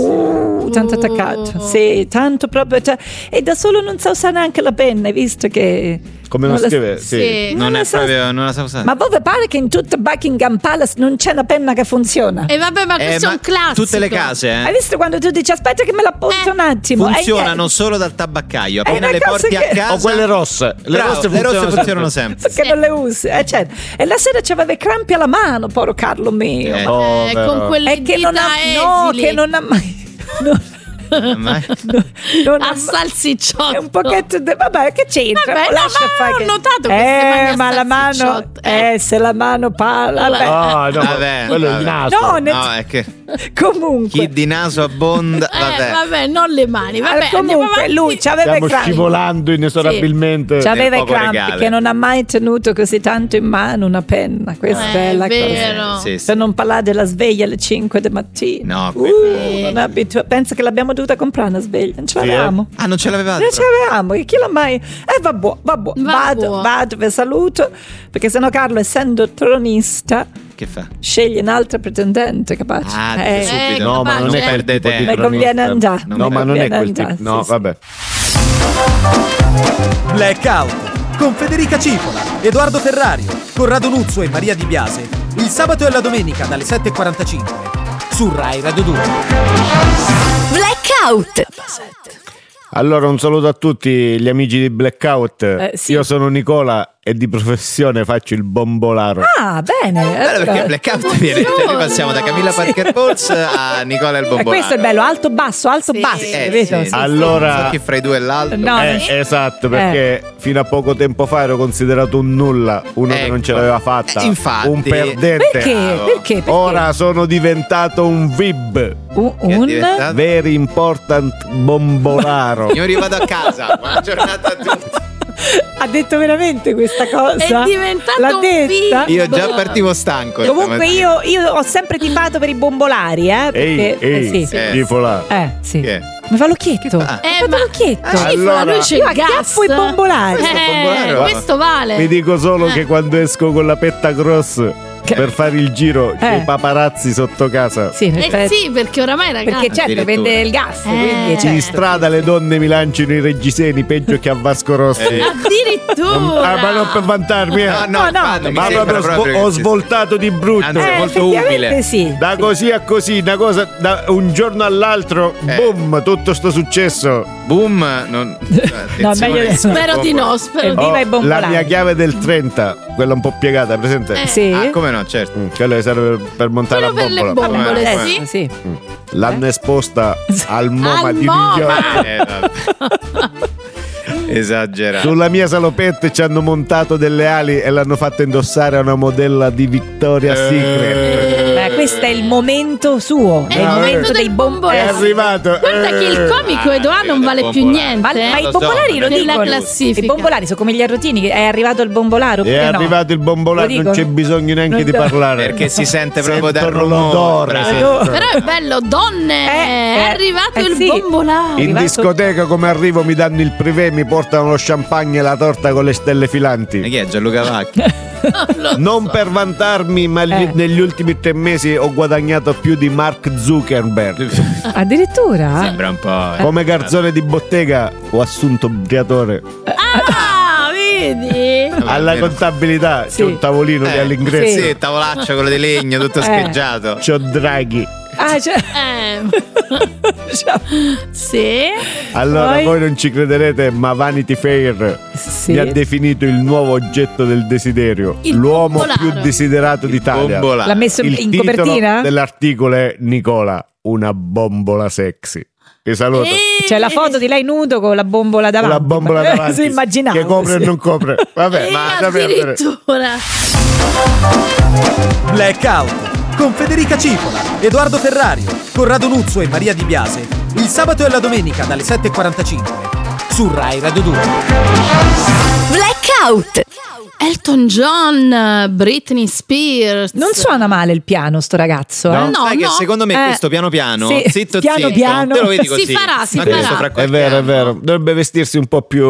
Speaker 2: Uh, tanto
Speaker 4: Uh.
Speaker 2: attaccato, sì, tanto proprio. ta- e da solo non sa usare neanche la penna, hai visto che.
Speaker 3: Come lo
Speaker 2: non la-
Speaker 3: scrive? Sì.
Speaker 4: Sì.
Speaker 5: non,
Speaker 2: non
Speaker 5: è
Speaker 2: la so-
Speaker 5: proprio. Non la sa usare.
Speaker 2: Ma voi vi pare che in tutto Buckingham Palace non c'è una penna che funziona?
Speaker 4: E vabbè, ma
Speaker 5: Eh,
Speaker 4: questo è
Speaker 5: ma
Speaker 4: un classico.
Speaker 5: Tutte le case, eh,
Speaker 2: Hai visto quando tu dici aspetta che me la porto
Speaker 4: Eh.
Speaker 2: un attimo? E
Speaker 5: funzionano
Speaker 2: niente,
Speaker 5: solo dal tabaccaio.
Speaker 2: È
Speaker 5: Appena
Speaker 2: una
Speaker 5: le
Speaker 2: cosa
Speaker 5: porti
Speaker 2: che-
Speaker 5: a casa.
Speaker 3: O quelle rosse. Le
Speaker 5: Bravo,
Speaker 3: rosse
Speaker 5: le
Speaker 3: funzionano
Speaker 5: funzionano sempre.
Speaker 2: Perché
Speaker 4: Sì.
Speaker 2: non le usi? Eh, certo. E la sera c'aveva i crampi alla mano, povero Carlo mio.
Speaker 5: Eh,
Speaker 3: Oh,
Speaker 4: Eh, con
Speaker 3: Povero.
Speaker 4: quelle
Speaker 2: è che
Speaker 4: dita
Speaker 2: non ha, no,
Speaker 4: esili.
Speaker 2: che non ha mai. <laughs> non-
Speaker 5: Eh, Ma-
Speaker 2: <laughs> non ha
Speaker 4: a
Speaker 2: mai-
Speaker 4: salsicciotto.
Speaker 2: È un pochetto. de- Vabbè, che c'entra? Oh,
Speaker 4: Vabbè, no,
Speaker 2: Lascia
Speaker 4: ma
Speaker 2: fare
Speaker 4: ho
Speaker 2: che-
Speaker 4: notato queste mani
Speaker 2: Eh,
Speaker 4: a
Speaker 2: ma la mano.
Speaker 4: salsicciotto, eh.
Speaker 2: Eh, se la mano parla. Vabbè.
Speaker 3: Ah, no,
Speaker 5: Vabbè,
Speaker 3: quello è
Speaker 5: vabbè.
Speaker 3: il naso.
Speaker 2: No, Oh, ne-
Speaker 5: No, è che
Speaker 2: Comunque.
Speaker 5: chi di naso abbonda.
Speaker 4: Eh,
Speaker 5: Vabbè.
Speaker 4: vabbè, non le mani.
Speaker 2: Ah,
Speaker 4: Vabbè, andiamo
Speaker 2: comunque
Speaker 4: avanti.
Speaker 2: lui c'aveva i
Speaker 3: Stiamo
Speaker 2: crampi.
Speaker 3: scivolando inesorabilmente.
Speaker 5: Cioè-
Speaker 2: C'aveva
Speaker 5: Nel
Speaker 2: i
Speaker 5: poco
Speaker 2: crampi
Speaker 5: regale.
Speaker 2: che non ha mai tenuto così tanto in mano una penna. Questa
Speaker 4: Eh,
Speaker 2: è la
Speaker 4: è
Speaker 2: cosa.
Speaker 4: vero.
Speaker 5: Sì, sì.
Speaker 2: Per non parlare della sveglia alle 5 del mattino.
Speaker 5: No,
Speaker 2: Uh,
Speaker 5: quella-
Speaker 2: non è abitu- Penso che l'abbiamo dovuta comprare una sveglia. Non ce
Speaker 3: Sì, eh.
Speaker 2: l'avevamo.
Speaker 5: Ah, non ce l'avevate?
Speaker 2: Non ce l'avevamo, che chi l'ha mai? Eh, vabbè, vabbè,
Speaker 4: Vabbò.
Speaker 2: vado, vado, vi saluto, perché sennò Carlo, essendo tronista,
Speaker 5: Che fa?
Speaker 2: sceglie un'altra pretendente, capace?
Speaker 5: Ah,
Speaker 2: Eh,
Speaker 5: subito.
Speaker 4: Eh,
Speaker 3: No, ma non è
Speaker 2: Cioè,
Speaker 4: Non
Speaker 3: quel
Speaker 5: perde
Speaker 3: tipo di
Speaker 5: tempo.
Speaker 2: mi conviene
Speaker 3: cronista.
Speaker 2: andare.
Speaker 3: No,
Speaker 2: mi
Speaker 3: ma non è
Speaker 2: conviene
Speaker 3: quel tipo.
Speaker 2: andare,
Speaker 3: No,
Speaker 2: sì, sì.
Speaker 3: vabbè.
Speaker 6: Blackout con Federica Cipola, Edoardo Ferrario, Corrado Nuzzo e Maria Di Biase. Il sabato e la domenica dalle 7.45 su Rai Radio 2.
Speaker 1: Blackout.
Speaker 3: Allora, un saluto a tutti gli amici di Blackout.
Speaker 2: Eh, sì.
Speaker 3: Io sono Nicola e di professione faccio il bombolaro.
Speaker 2: Ah, bene.
Speaker 5: Bello perché Blackout viene, cioè, noi passiamo da Camilla
Speaker 2: Sì.
Speaker 5: Parker Bowles a Nicola El
Speaker 2: Eh,
Speaker 5: Bombolaro.
Speaker 2: questo è bello, alto basso, alto
Speaker 4: Sì.
Speaker 2: basso.
Speaker 5: Eh,
Speaker 2: capito?
Speaker 5: sì.
Speaker 2: Sì.
Speaker 3: Allora-
Speaker 5: Non so chi fra i due e l'altro.
Speaker 2: Ah, No, Eh.
Speaker 3: Eh,
Speaker 2: sì.
Speaker 3: esatto, perché fino a poco tempo fa ero considerato un nulla, uno che
Speaker 5: Ecco.
Speaker 3: non ce l'aveva fatta,
Speaker 5: Eh, infatti.
Speaker 3: un perdente.
Speaker 2: Perché?
Speaker 5: bravo.
Speaker 2: Perché? Perché?
Speaker 3: Ora sono diventato un VIB,
Speaker 2: Un-
Speaker 5: Che è
Speaker 2: un-
Speaker 5: diventato-
Speaker 3: Very Important
Speaker 5: <laughs>
Speaker 3: Bombolaro.
Speaker 5: Signori, vado a casa. Buona giornata a tutti.
Speaker 2: <laughs> ha detto veramente questa cosa?
Speaker 4: È diventato
Speaker 2: L'ha
Speaker 4: un
Speaker 2: detta?
Speaker 4: film.
Speaker 5: Io già partivo stanco.
Speaker 2: Comunque
Speaker 5: stamattina.
Speaker 2: io, io ho sempre tifato per i bombolari, eh?
Speaker 3: Ehi,
Speaker 2: Perché,
Speaker 3: ehi,
Speaker 2: eh, sì.
Speaker 5: Eh.
Speaker 3: tifo là.
Speaker 2: Eh, sì.
Speaker 5: Che è?
Speaker 2: Mi fa l'occhietto.
Speaker 5: fa?
Speaker 2: Mi fa
Speaker 4: Eh, ma-
Speaker 2: l'occhietto.
Speaker 4: Cifra,
Speaker 3: Allora-
Speaker 4: lui c'è
Speaker 2: Io
Speaker 4: il gas.
Speaker 2: acchiappo i bombolari.
Speaker 5: Questo
Speaker 4: Eh,
Speaker 5: bombolaro,
Speaker 4: questo vale.
Speaker 3: Vi dico solo
Speaker 4: Eh.
Speaker 3: che quando esco con la petta cross
Speaker 2: Che-
Speaker 3: per fare il giro, c'è
Speaker 2: Eh.
Speaker 3: i paparazzi sotto casa.
Speaker 2: Sì, in
Speaker 4: Eh
Speaker 2: effetti.
Speaker 4: sì, perché oramai ragazzi.
Speaker 2: Perché certo,
Speaker 5: Addirittura.
Speaker 2: vende il gas,
Speaker 4: Eh.
Speaker 2: quindi
Speaker 4: Sì,
Speaker 3: In
Speaker 2: certo.
Speaker 3: strada le donne mi lanciano i reggiseni peggio che a Vasco Rossi. Non-
Speaker 4: Addirittura.
Speaker 3: ah, ma non per vantarmi, eh.
Speaker 5: Eh. No, no,
Speaker 2: No, no,
Speaker 5: infatti, mi
Speaker 3: ma
Speaker 5: sembra
Speaker 3: proprio, svo-
Speaker 5: proprio che
Speaker 3: ho
Speaker 5: si-
Speaker 3: svoltato di brutto.
Speaker 5: Anzi,
Speaker 2: Eh,
Speaker 5: molto
Speaker 2: effettivamente
Speaker 5: umile.
Speaker 2: Sì.
Speaker 3: Da così a così, una cosa, da un giorno all'altro,
Speaker 5: Eh.
Speaker 3: boom, tutto sto successo.
Speaker 5: Boom, non... attenzione.
Speaker 2: meglio adesso.
Speaker 4: Spero di no, spero di
Speaker 2: Viva
Speaker 3: Ho
Speaker 2: i bombolari.
Speaker 3: la mia chiave del 30, quella un po' piegata, presente?
Speaker 4: Eh.
Speaker 2: Sì.
Speaker 5: Ah, come no, certo.
Speaker 3: Mm, Quello che serve per, per montare
Speaker 4: Quello
Speaker 3: la
Speaker 4: per le
Speaker 3: bombola.
Speaker 4: bombe. bombole,
Speaker 2: Eh,
Speaker 4: sì.
Speaker 2: sì.
Speaker 3: L'hanno
Speaker 4: <laughs>
Speaker 3: esposta al MoMA
Speaker 4: Al
Speaker 3: di
Speaker 4: MoMA.
Speaker 3: New York.
Speaker 2: Ah.
Speaker 5: Eh, vabbè.
Speaker 2: <laughs>
Speaker 5: Esagerato.
Speaker 3: Sulla mia salopette ci hanno montato delle ali e l'hanno fatta indossare a una modella di
Speaker 5: Eh,
Speaker 3: Victoria Secret.
Speaker 2: Beh, questo è il momento suo, è il
Speaker 3: Eh,
Speaker 2: momento
Speaker 3: eh.
Speaker 2: dei
Speaker 3: È
Speaker 4: Eh,
Speaker 2: bombolari.
Speaker 4: sì.
Speaker 3: arrivato.
Speaker 4: Guarda che il
Speaker 3: eh.
Speaker 4: comico
Speaker 5: Ah,
Speaker 4: Edoardo non vale più
Speaker 5: bombolare.
Speaker 4: niente.
Speaker 2: Ma,
Speaker 4: eh.
Speaker 2: ma i
Speaker 5: lo so,
Speaker 2: popolari lo
Speaker 5: nella
Speaker 2: dicono.
Speaker 4: classifica.
Speaker 2: I bombolari sono come gli arrotini, che è arrivato il bombolaro.
Speaker 3: È
Speaker 2: oppure no?
Speaker 3: arrivato il
Speaker 2: Lo
Speaker 3: bombolare,
Speaker 2: dicono?
Speaker 3: non c'è bisogno neanche
Speaker 2: Non
Speaker 3: di
Speaker 2: do- Ah,
Speaker 3: parlare.
Speaker 5: Perché si sente proprio dal
Speaker 3: Sentono
Speaker 5: rumore.
Speaker 3: l'odore.
Speaker 5: sì.
Speaker 2: Allora-
Speaker 4: Però è bello, donne,
Speaker 2: Eh,
Speaker 4: è
Speaker 2: eh,
Speaker 4: arrivato
Speaker 2: eh,
Speaker 4: il
Speaker 2: sì. <laughs>
Speaker 4: bombolare.
Speaker 3: In
Speaker 2: Arrivato-
Speaker 3: discoteca come arrivo mi danno il privé, mi portano lo champagne e la torta con le stelle
Speaker 5: E
Speaker 3: filanti.
Speaker 5: chi è Gianluca Vacchi?
Speaker 3: Non per vantarmi, ma gli-
Speaker 2: Eh.
Speaker 3: negli ultimi tre mesi ho guadagnato più di Mark Zuckerberg.
Speaker 2: Addirittura?
Speaker 5: Sembra un po'. eh.
Speaker 3: Come garzone di bottega ho assunto briatore.
Speaker 4: Ah, vedi?
Speaker 5: Vabbè,
Speaker 3: Alla
Speaker 5: almeno-
Speaker 3: contabilità
Speaker 2: Sì.
Speaker 3: c'è un tavolino lì
Speaker 5: Eh,
Speaker 3: all'ingresso.
Speaker 5: Sì, il tavolaccio quello di legno, tutto
Speaker 2: Eh.
Speaker 5: scheggiato.
Speaker 3: C'ho Draghi.
Speaker 2: Ah, cioè...
Speaker 4: Eh,
Speaker 2: cioè,
Speaker 4: <laughs> sì.
Speaker 3: Allora
Speaker 2: Poi-
Speaker 3: voi non ci crederete, ma Vanity Fair
Speaker 2: sì.
Speaker 3: mi ha definito il nuovo oggetto del desiderio,
Speaker 4: Il
Speaker 3: l'uomo
Speaker 4: bombolaro.
Speaker 3: più desiderato d'Italia.
Speaker 5: Bombola.
Speaker 2: L'ha messo
Speaker 3: Il
Speaker 2: in
Speaker 3: titolo
Speaker 2: copertina?
Speaker 3: dell'articolo è Nicola, una bombola sexy. Ti saluto.
Speaker 4: Eh,
Speaker 2: C'è la foto di lei nudo con la bombola
Speaker 3: Con
Speaker 2: Eh, davanti.
Speaker 3: la bombola
Speaker 2: Ma-
Speaker 3: davanti.
Speaker 2: sì, immaginavo.
Speaker 3: Che copre
Speaker 2: sì.
Speaker 3: e non copre. Vabbè,
Speaker 4: Eh,
Speaker 3: ma da perdere.
Speaker 4: addirittura.
Speaker 6: Blackout con Federica Cipola, Edoardo Ferrario, Corrado Nuzzo e Maria Di Biase. Il sabato e la domenica dalle 7.45 su Rai Radio 2.
Speaker 1: Blackout.
Speaker 4: Elton John, Britney Spears.
Speaker 2: Non suona male il piano, sto ragazzo. eh?
Speaker 4: No,
Speaker 5: Sai
Speaker 4: no.
Speaker 5: che secondo me
Speaker 2: Eh,
Speaker 5: questo piano piano,
Speaker 2: sì,
Speaker 5: zitto
Speaker 2: piano
Speaker 5: zitto,
Speaker 2: piano.
Speaker 5: te lo vedi
Speaker 4: Si
Speaker 5: così.
Speaker 4: farà, si
Speaker 5: Ma
Speaker 4: farà.
Speaker 5: questo fra
Speaker 3: È
Speaker 5: qualche
Speaker 3: vero, è
Speaker 5: anno.
Speaker 3: vero. Dovrebbe vestirsi un po' più...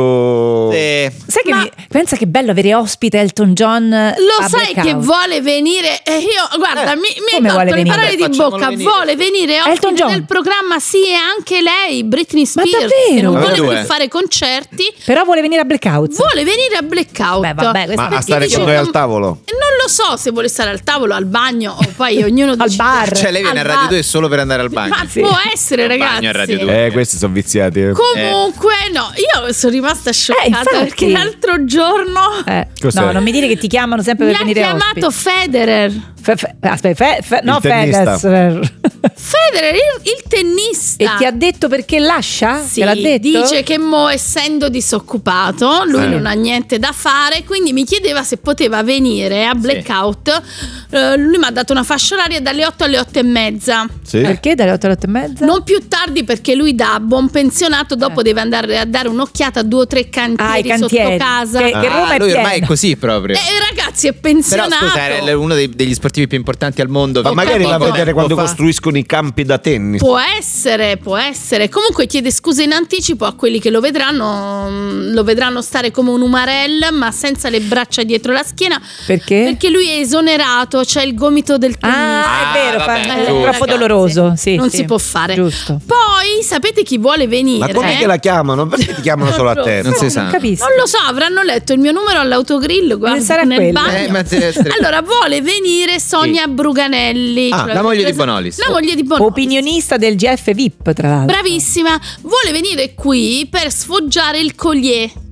Speaker 5: Sì.
Speaker 2: Sai che
Speaker 4: Ma-
Speaker 2: mi- pensa che bello avere ospite Elton John. eh,
Speaker 4: Lo sai che vuole venire? E io, guarda, mi, mi
Speaker 2: come vuole
Speaker 4: hai tolto le
Speaker 2: venire?
Speaker 4: parole
Speaker 5: Beh,
Speaker 4: di
Speaker 5: facciamolo
Speaker 4: bocca.
Speaker 5: venire.
Speaker 4: Vuole venire
Speaker 2: Elton
Speaker 4: ospite
Speaker 2: John.
Speaker 4: del programma, sì, e anche lei, Britney
Speaker 2: Ma
Speaker 4: Spears. Che
Speaker 2: davvero?
Speaker 4: non vuole
Speaker 5: Vabbè,
Speaker 4: più
Speaker 5: due.
Speaker 4: fare concerti.
Speaker 2: Però vuole venire a Blackout.
Speaker 4: Vuole venire a blackout.
Speaker 2: Beh, vabbè, questo
Speaker 3: Ma
Speaker 2: perché
Speaker 3: a stare
Speaker 2: dice-
Speaker 3: con noi al tavolo.
Speaker 4: E Non lo so se vuole stare al tavolo, al bagno o poi
Speaker 2: <laughs>
Speaker 4: ognuno
Speaker 2: Al
Speaker 4: decide.
Speaker 2: bar.
Speaker 5: Cioè lei viene a
Speaker 4: Al
Speaker 5: Radio
Speaker 4: bar.
Speaker 5: 2 solo per andare al bagno.
Speaker 4: Ma
Speaker 2: Sì.
Speaker 4: può essere,
Speaker 5: Al bagno
Speaker 4: ragazzi.
Speaker 5: a Radio 2.
Speaker 3: Eh, questi sono viziati. eh.
Speaker 4: Comunque, no, io sono rimasta
Speaker 2: Eh,
Speaker 4: scioccata
Speaker 2: infatti.
Speaker 4: perché l'altro giorno
Speaker 2: Eh,
Speaker 3: Cos'è?
Speaker 2: no, non mi dire che ti chiamano sempre
Speaker 4: mi
Speaker 2: per
Speaker 4: ha
Speaker 2: venire
Speaker 4: chiamato
Speaker 2: ospite.
Speaker 4: Federer.
Speaker 2: Fe- fe- aspetta, fe- fe- no,
Speaker 3: Il tennista.
Speaker 2: Fedez.
Speaker 4: Federer, il, il
Speaker 2: <laughs>
Speaker 4: tennista.
Speaker 2: E ti ha detto perché lascia?
Speaker 4: Ah. Sì,
Speaker 2: Te l'ha detto?
Speaker 4: dice che mo essendo disoccupato lui
Speaker 5: Sì.
Speaker 4: non ha niente da fare quindi mi chiedeva se poteva venire a blackout Eh, lui mi ha dato una fascia oraria dalle 8 alle 8 e mezza
Speaker 3: Sì.
Speaker 2: Perché dalle 8 alle 8 e mezza?
Speaker 4: non più tardi perché lui da buon pensionato dopo deve andare a dare un'occhiata a due o tre cantieri,
Speaker 2: Eh. Ah, i cantieri.
Speaker 4: sotto casa
Speaker 2: Che- che
Speaker 5: Ah,
Speaker 2: Roma è
Speaker 5: lui ormai
Speaker 2: piena.
Speaker 5: è così proprio.
Speaker 4: Eh, ragazzi è
Speaker 5: Però
Speaker 4: pensionato
Speaker 5: scusa, eh, era uno dei- degli sportivi più importanti al mondo.
Speaker 3: Ma
Speaker 5: Ho
Speaker 3: magari va a
Speaker 5: capito.
Speaker 4: eh,
Speaker 3: vedere quando
Speaker 5: Tempo fa.
Speaker 3: costruiscono i campi da tennis.
Speaker 4: ecco, Può essere, può essere. Comunque chiede scusa in anticipo a quelli che lo vedranno. mm, Lo vedranno stare come un umarell, ma senza le braccia dietro la schiena.
Speaker 2: Perché?
Speaker 4: Perché lui è esonerato, c'è il gomito del tennista.
Speaker 2: Ah,
Speaker 5: Eh? Ah,
Speaker 2: è vero,
Speaker 5: vabbè,
Speaker 2: fa-
Speaker 4: Eh,
Speaker 2: è
Speaker 5: giusto.
Speaker 2: troppo
Speaker 4: ragazzi,
Speaker 2: doloroso. Sì,
Speaker 4: non
Speaker 2: sì.
Speaker 4: si può fare.
Speaker 5: certo.
Speaker 2: Giusto.
Speaker 4: Poi sapete chi vuole venire?
Speaker 3: Ma com'è che la chiamano? Perché ti chiamano solo a te?
Speaker 5: Non si sa.
Speaker 2: Non capisco.
Speaker 4: eh? Non lo so, avranno letto il mio numero all'autogrill, guarda,
Speaker 2: sarà
Speaker 4: nel
Speaker 2: quello.
Speaker 4: bagno.
Speaker 5: Eh, ma deve essere-
Speaker 4: Allora, vuole venire Sonia Bruganelli.
Speaker 5: Ah,
Speaker 4: Ce
Speaker 5: la moglie di
Speaker 4: presa-
Speaker 5: Bonolis.
Speaker 4: La moglie di Bonolis.
Speaker 2: Opinionista del GF VIP, tra l'altro.
Speaker 4: Bravissima, vuole venire qui per sfoggiare il collier.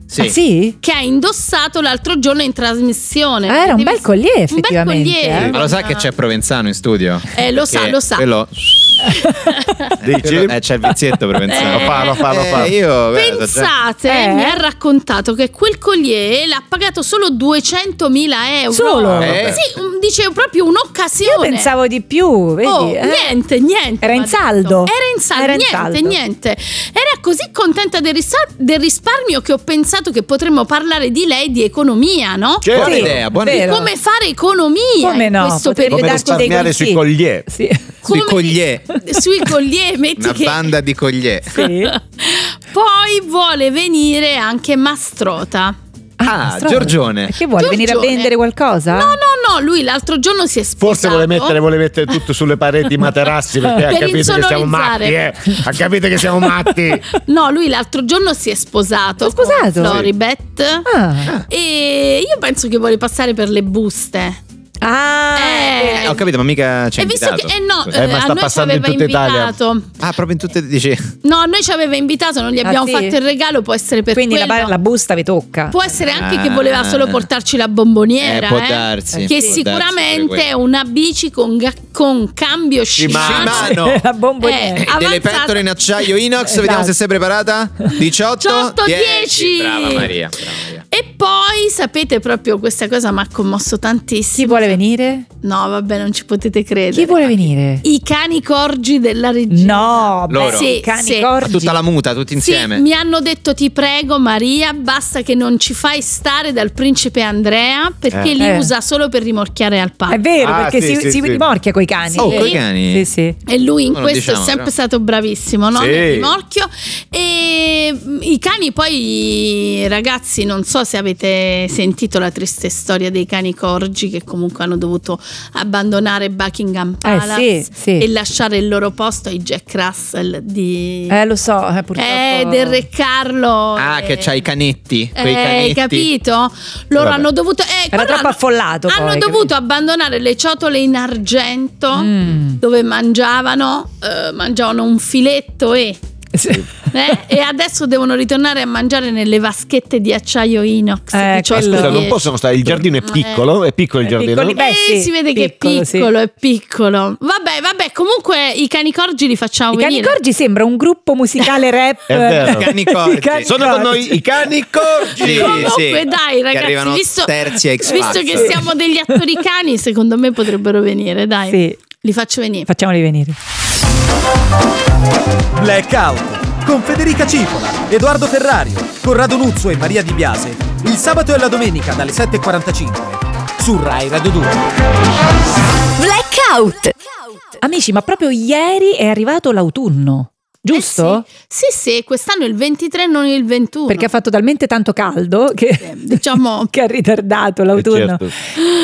Speaker 5: Sì.
Speaker 2: Ah, sì?
Speaker 4: che ha indossato l'altro giorno in trasmissione.
Speaker 2: Ah, era un
Speaker 4: Devi-
Speaker 2: bel collier, effettivamente, eh.
Speaker 5: Ma lo sa che c'è Provenzano in studio?
Speaker 4: Eh, lo sa,
Speaker 5: Che
Speaker 4: lo sa. <laughs>
Speaker 5: Quello...
Speaker 3: Dici?
Speaker 5: quello- eh, c'è il vizietto Provenzano.
Speaker 4: Eh. Lo fa, lo
Speaker 3: fa, lo fa.
Speaker 5: Eh, io, guarda,
Speaker 4: Pensate,
Speaker 2: Eh?
Speaker 4: mi ha raccontato che quel collier l'ha pagato solo 200.000 euro.
Speaker 2: Solo?
Speaker 5: Eh.
Speaker 4: Sì, un- dice proprio un'occasione.
Speaker 2: Io pensavo di più, vedi?
Speaker 4: Oh,
Speaker 2: eh.
Speaker 4: niente, niente.
Speaker 2: Era in
Speaker 4: mi ha detto.
Speaker 2: saldo.
Speaker 4: Era in saldo,
Speaker 2: Era in
Speaker 4: niente,
Speaker 2: saldo.
Speaker 4: niente. Era così contenta del, risar- del risparmio che ho pensato che potremmo parlare di lei di economia, no?
Speaker 5: già-
Speaker 3: Certo.
Speaker 5: Buona idea, buona
Speaker 2: vero.
Speaker 5: idea.
Speaker 4: Come fare economia
Speaker 2: Come no?
Speaker 4: in questo
Speaker 2: Potremmo
Speaker 4: periodo?
Speaker 3: Come
Speaker 2: darci dei
Speaker 3: risparmiare sui
Speaker 2: consigli.
Speaker 3: collier.
Speaker 2: Sì.
Speaker 5: Sui
Speaker 4: Come-
Speaker 5: collier.
Speaker 4: Sui collier, metti
Speaker 5: Una
Speaker 4: che...
Speaker 5: banda di collier.
Speaker 2: Sì.
Speaker 5: Ah,
Speaker 4: Poi vuole venire anche Mastrota.
Speaker 5: Ah,
Speaker 2: Strano.
Speaker 5: Giorgione.
Speaker 2: Che vuole venire a
Speaker 4: Giorgione.
Speaker 2: vendere qualcosa?
Speaker 4: No, no, no, lui l'altro giorno si è sposato.
Speaker 3: Forse vuole mettere, vuole mettere tutto sulle
Speaker 4: <laughs>
Speaker 3: pareti, i materassi, perché
Speaker 4: Esatto. Per
Speaker 3: ha capito che siamo matti, eh.
Speaker 4: insonorizzare.
Speaker 3: Ha capito che siamo matti.
Speaker 4: No, lui l'altro giorno si è sposato.
Speaker 2: Si è sposato?
Speaker 4: con Floribet.
Speaker 2: Ah,
Speaker 4: E io penso che vuole passare per le buste.
Speaker 2: Ah,
Speaker 4: Eh,
Speaker 5: Eh, ho capito, ma mica c'è
Speaker 4: e visto
Speaker 5: invitato.
Speaker 4: che eh no,
Speaker 5: Scusa.
Speaker 4: eh,
Speaker 3: ma
Speaker 4: a
Speaker 3: sta
Speaker 4: noi ci
Speaker 3: passando in
Speaker 4: aveva
Speaker 3: tutta Italia.
Speaker 4: invitato.
Speaker 5: Ah, proprio in tutte dici.
Speaker 4: No, a noi ci aveva invitato, non gli
Speaker 2: Ah,
Speaker 4: abbiamo
Speaker 2: sì?
Speaker 4: fatto il regalo, può essere per
Speaker 2: quindi la,
Speaker 4: quello.
Speaker 2: ba- la busta vi tocca.
Speaker 4: Può essere anche che
Speaker 5: Ah.
Speaker 4: voleva solo portarci la bomboniera,
Speaker 5: Eh, può
Speaker 4: eh.
Speaker 5: darsi,
Speaker 4: che
Speaker 5: può darsi pure
Speaker 4: sicuramente è
Speaker 5: quello.
Speaker 4: una bici con, ga- con cambio
Speaker 5: mano.
Speaker 4: scimano.
Speaker 5: Shimano.
Speaker 3: Ah,
Speaker 5: no.
Speaker 2: <laughs> la bomboniera.
Speaker 4: Eh,
Speaker 5: <laughs> Delle
Speaker 4: Avanzata.
Speaker 5: pentole in acciaio inox,
Speaker 2: Esatto.
Speaker 5: vediamo se sei
Speaker 4: <laughs>
Speaker 5: preparata. 18,
Speaker 4: 18, 10.
Speaker 5: Brava Maria, brava Maria.
Speaker 4: E poi sapete proprio questa cosa mi ha commosso
Speaker 2: Chi
Speaker 4: tantissimo.
Speaker 2: vuole venire?
Speaker 4: No, vabbè, non ci potete credere.
Speaker 2: Chi vuole venire?
Speaker 4: I cani corgi della regina.
Speaker 2: No, beh,
Speaker 5: Loro.
Speaker 2: sì, cani
Speaker 4: Sì,
Speaker 5: Ma
Speaker 2: corgi.
Speaker 5: Tutta la muta, tutti
Speaker 4: Sì,
Speaker 5: insieme.
Speaker 4: mi hanno detto ti prego Maria, basta che non ci fai stare dal principe Andrea perché
Speaker 3: Eh.
Speaker 4: li
Speaker 2: Eh.
Speaker 4: usa solo per rimorchiare al
Speaker 2: È
Speaker 4: padco.
Speaker 2: vero,
Speaker 3: Ah,
Speaker 2: perché
Speaker 3: sì,
Speaker 2: si,
Speaker 3: sì,
Speaker 2: si
Speaker 3: sì.
Speaker 2: rimorchia coi cani.
Speaker 5: Oh,
Speaker 4: Sì.
Speaker 5: coi cani.
Speaker 2: Sì, sì.
Speaker 4: E lui in
Speaker 5: Ma non
Speaker 4: questo
Speaker 5: diciamo,
Speaker 4: è sempre
Speaker 5: però.
Speaker 4: stato bravissimo, no?
Speaker 3: Sì.
Speaker 4: Nel rimorchio. E mm, i cani poi, ragazzi, non so se avete sentito la triste storia dei cani corgi che comunque hanno dovuto abbandonare Buckingham Palace
Speaker 2: Eh, sì, sì.
Speaker 4: e lasciare il loro posto ai Jack Russell di...
Speaker 2: Eh, lo so, eh, purtroppo.
Speaker 4: Eh, del Re Carlo.
Speaker 5: Ah,
Speaker 4: eh,
Speaker 5: che c'ha i canetti.
Speaker 4: eh,
Speaker 5: Quei canetti.
Speaker 4: Hai capito? Loro
Speaker 5: Vabbè.
Speaker 4: hanno dovuto. eh,
Speaker 2: Era
Speaker 4: guarda,
Speaker 2: troppo affollato. poi,
Speaker 4: Hanno dovuto abbandonare le ciotole in argento
Speaker 2: Mm.
Speaker 4: dove mangiavano, eh, mangiavano un filetto e,
Speaker 2: Sì. <laughs>
Speaker 4: eh, e adesso devono ritornare a mangiare nelle vaschette di acciaio inox.
Speaker 2: Eh,
Speaker 4: di ciotole.
Speaker 2: quello-
Speaker 3: <laughs> Scusa, non
Speaker 4: Eh,
Speaker 3: possono stare. Il giardino è piccolo, è piccolo il
Speaker 2: È
Speaker 3: giardino.
Speaker 2: piccoli- Eh, Beh, sì,
Speaker 4: si vede che
Speaker 2: piccolo,
Speaker 4: è
Speaker 2: sì.
Speaker 4: piccolo, è piccolo. Vabbè, vabbè, comunque i cani corgi li facciamo
Speaker 2: I cani
Speaker 4: venire.
Speaker 2: corgi sembra un gruppo
Speaker 3: <laughs>
Speaker 2: musicale rap.
Speaker 3: È vero.
Speaker 5: I cani
Speaker 2: <laughs>
Speaker 5: corgi.
Speaker 2: I cani
Speaker 3: Sono con
Speaker 2: corgi.
Speaker 3: noi i cani corgi.
Speaker 4: <laughs>
Speaker 5: Sì,
Speaker 4: Comunque,
Speaker 5: sì.
Speaker 4: dai,
Speaker 5: Che
Speaker 4: ragazzi,
Speaker 5: arrivano
Speaker 4: visto,
Speaker 5: terzi a X
Speaker 4: visto
Speaker 5: Factor.
Speaker 4: che siamo degli attori cani, secondo me potrebbero venire, dai.
Speaker 2: Sì.
Speaker 4: Li faccio venire.
Speaker 2: Facciamoli venire.
Speaker 6: Blackout con Federica Cipola, Edoardo Ferrario, Corrado Nuzzo e Maria Di Biase il sabato e la domenica dalle 7.45 su Rai Radio 2.
Speaker 1: Blackout.
Speaker 2: Amici, ma proprio ieri è arrivato l'autunno, giusto?
Speaker 4: Eh sì. sì, sì, quest'anno il 23, non il 21.
Speaker 2: Perché ha fatto talmente tanto caldo che,
Speaker 4: Eh, <laughs> diciamo
Speaker 2: <laughs> che ha ritardato l'autunno.
Speaker 3: Certo.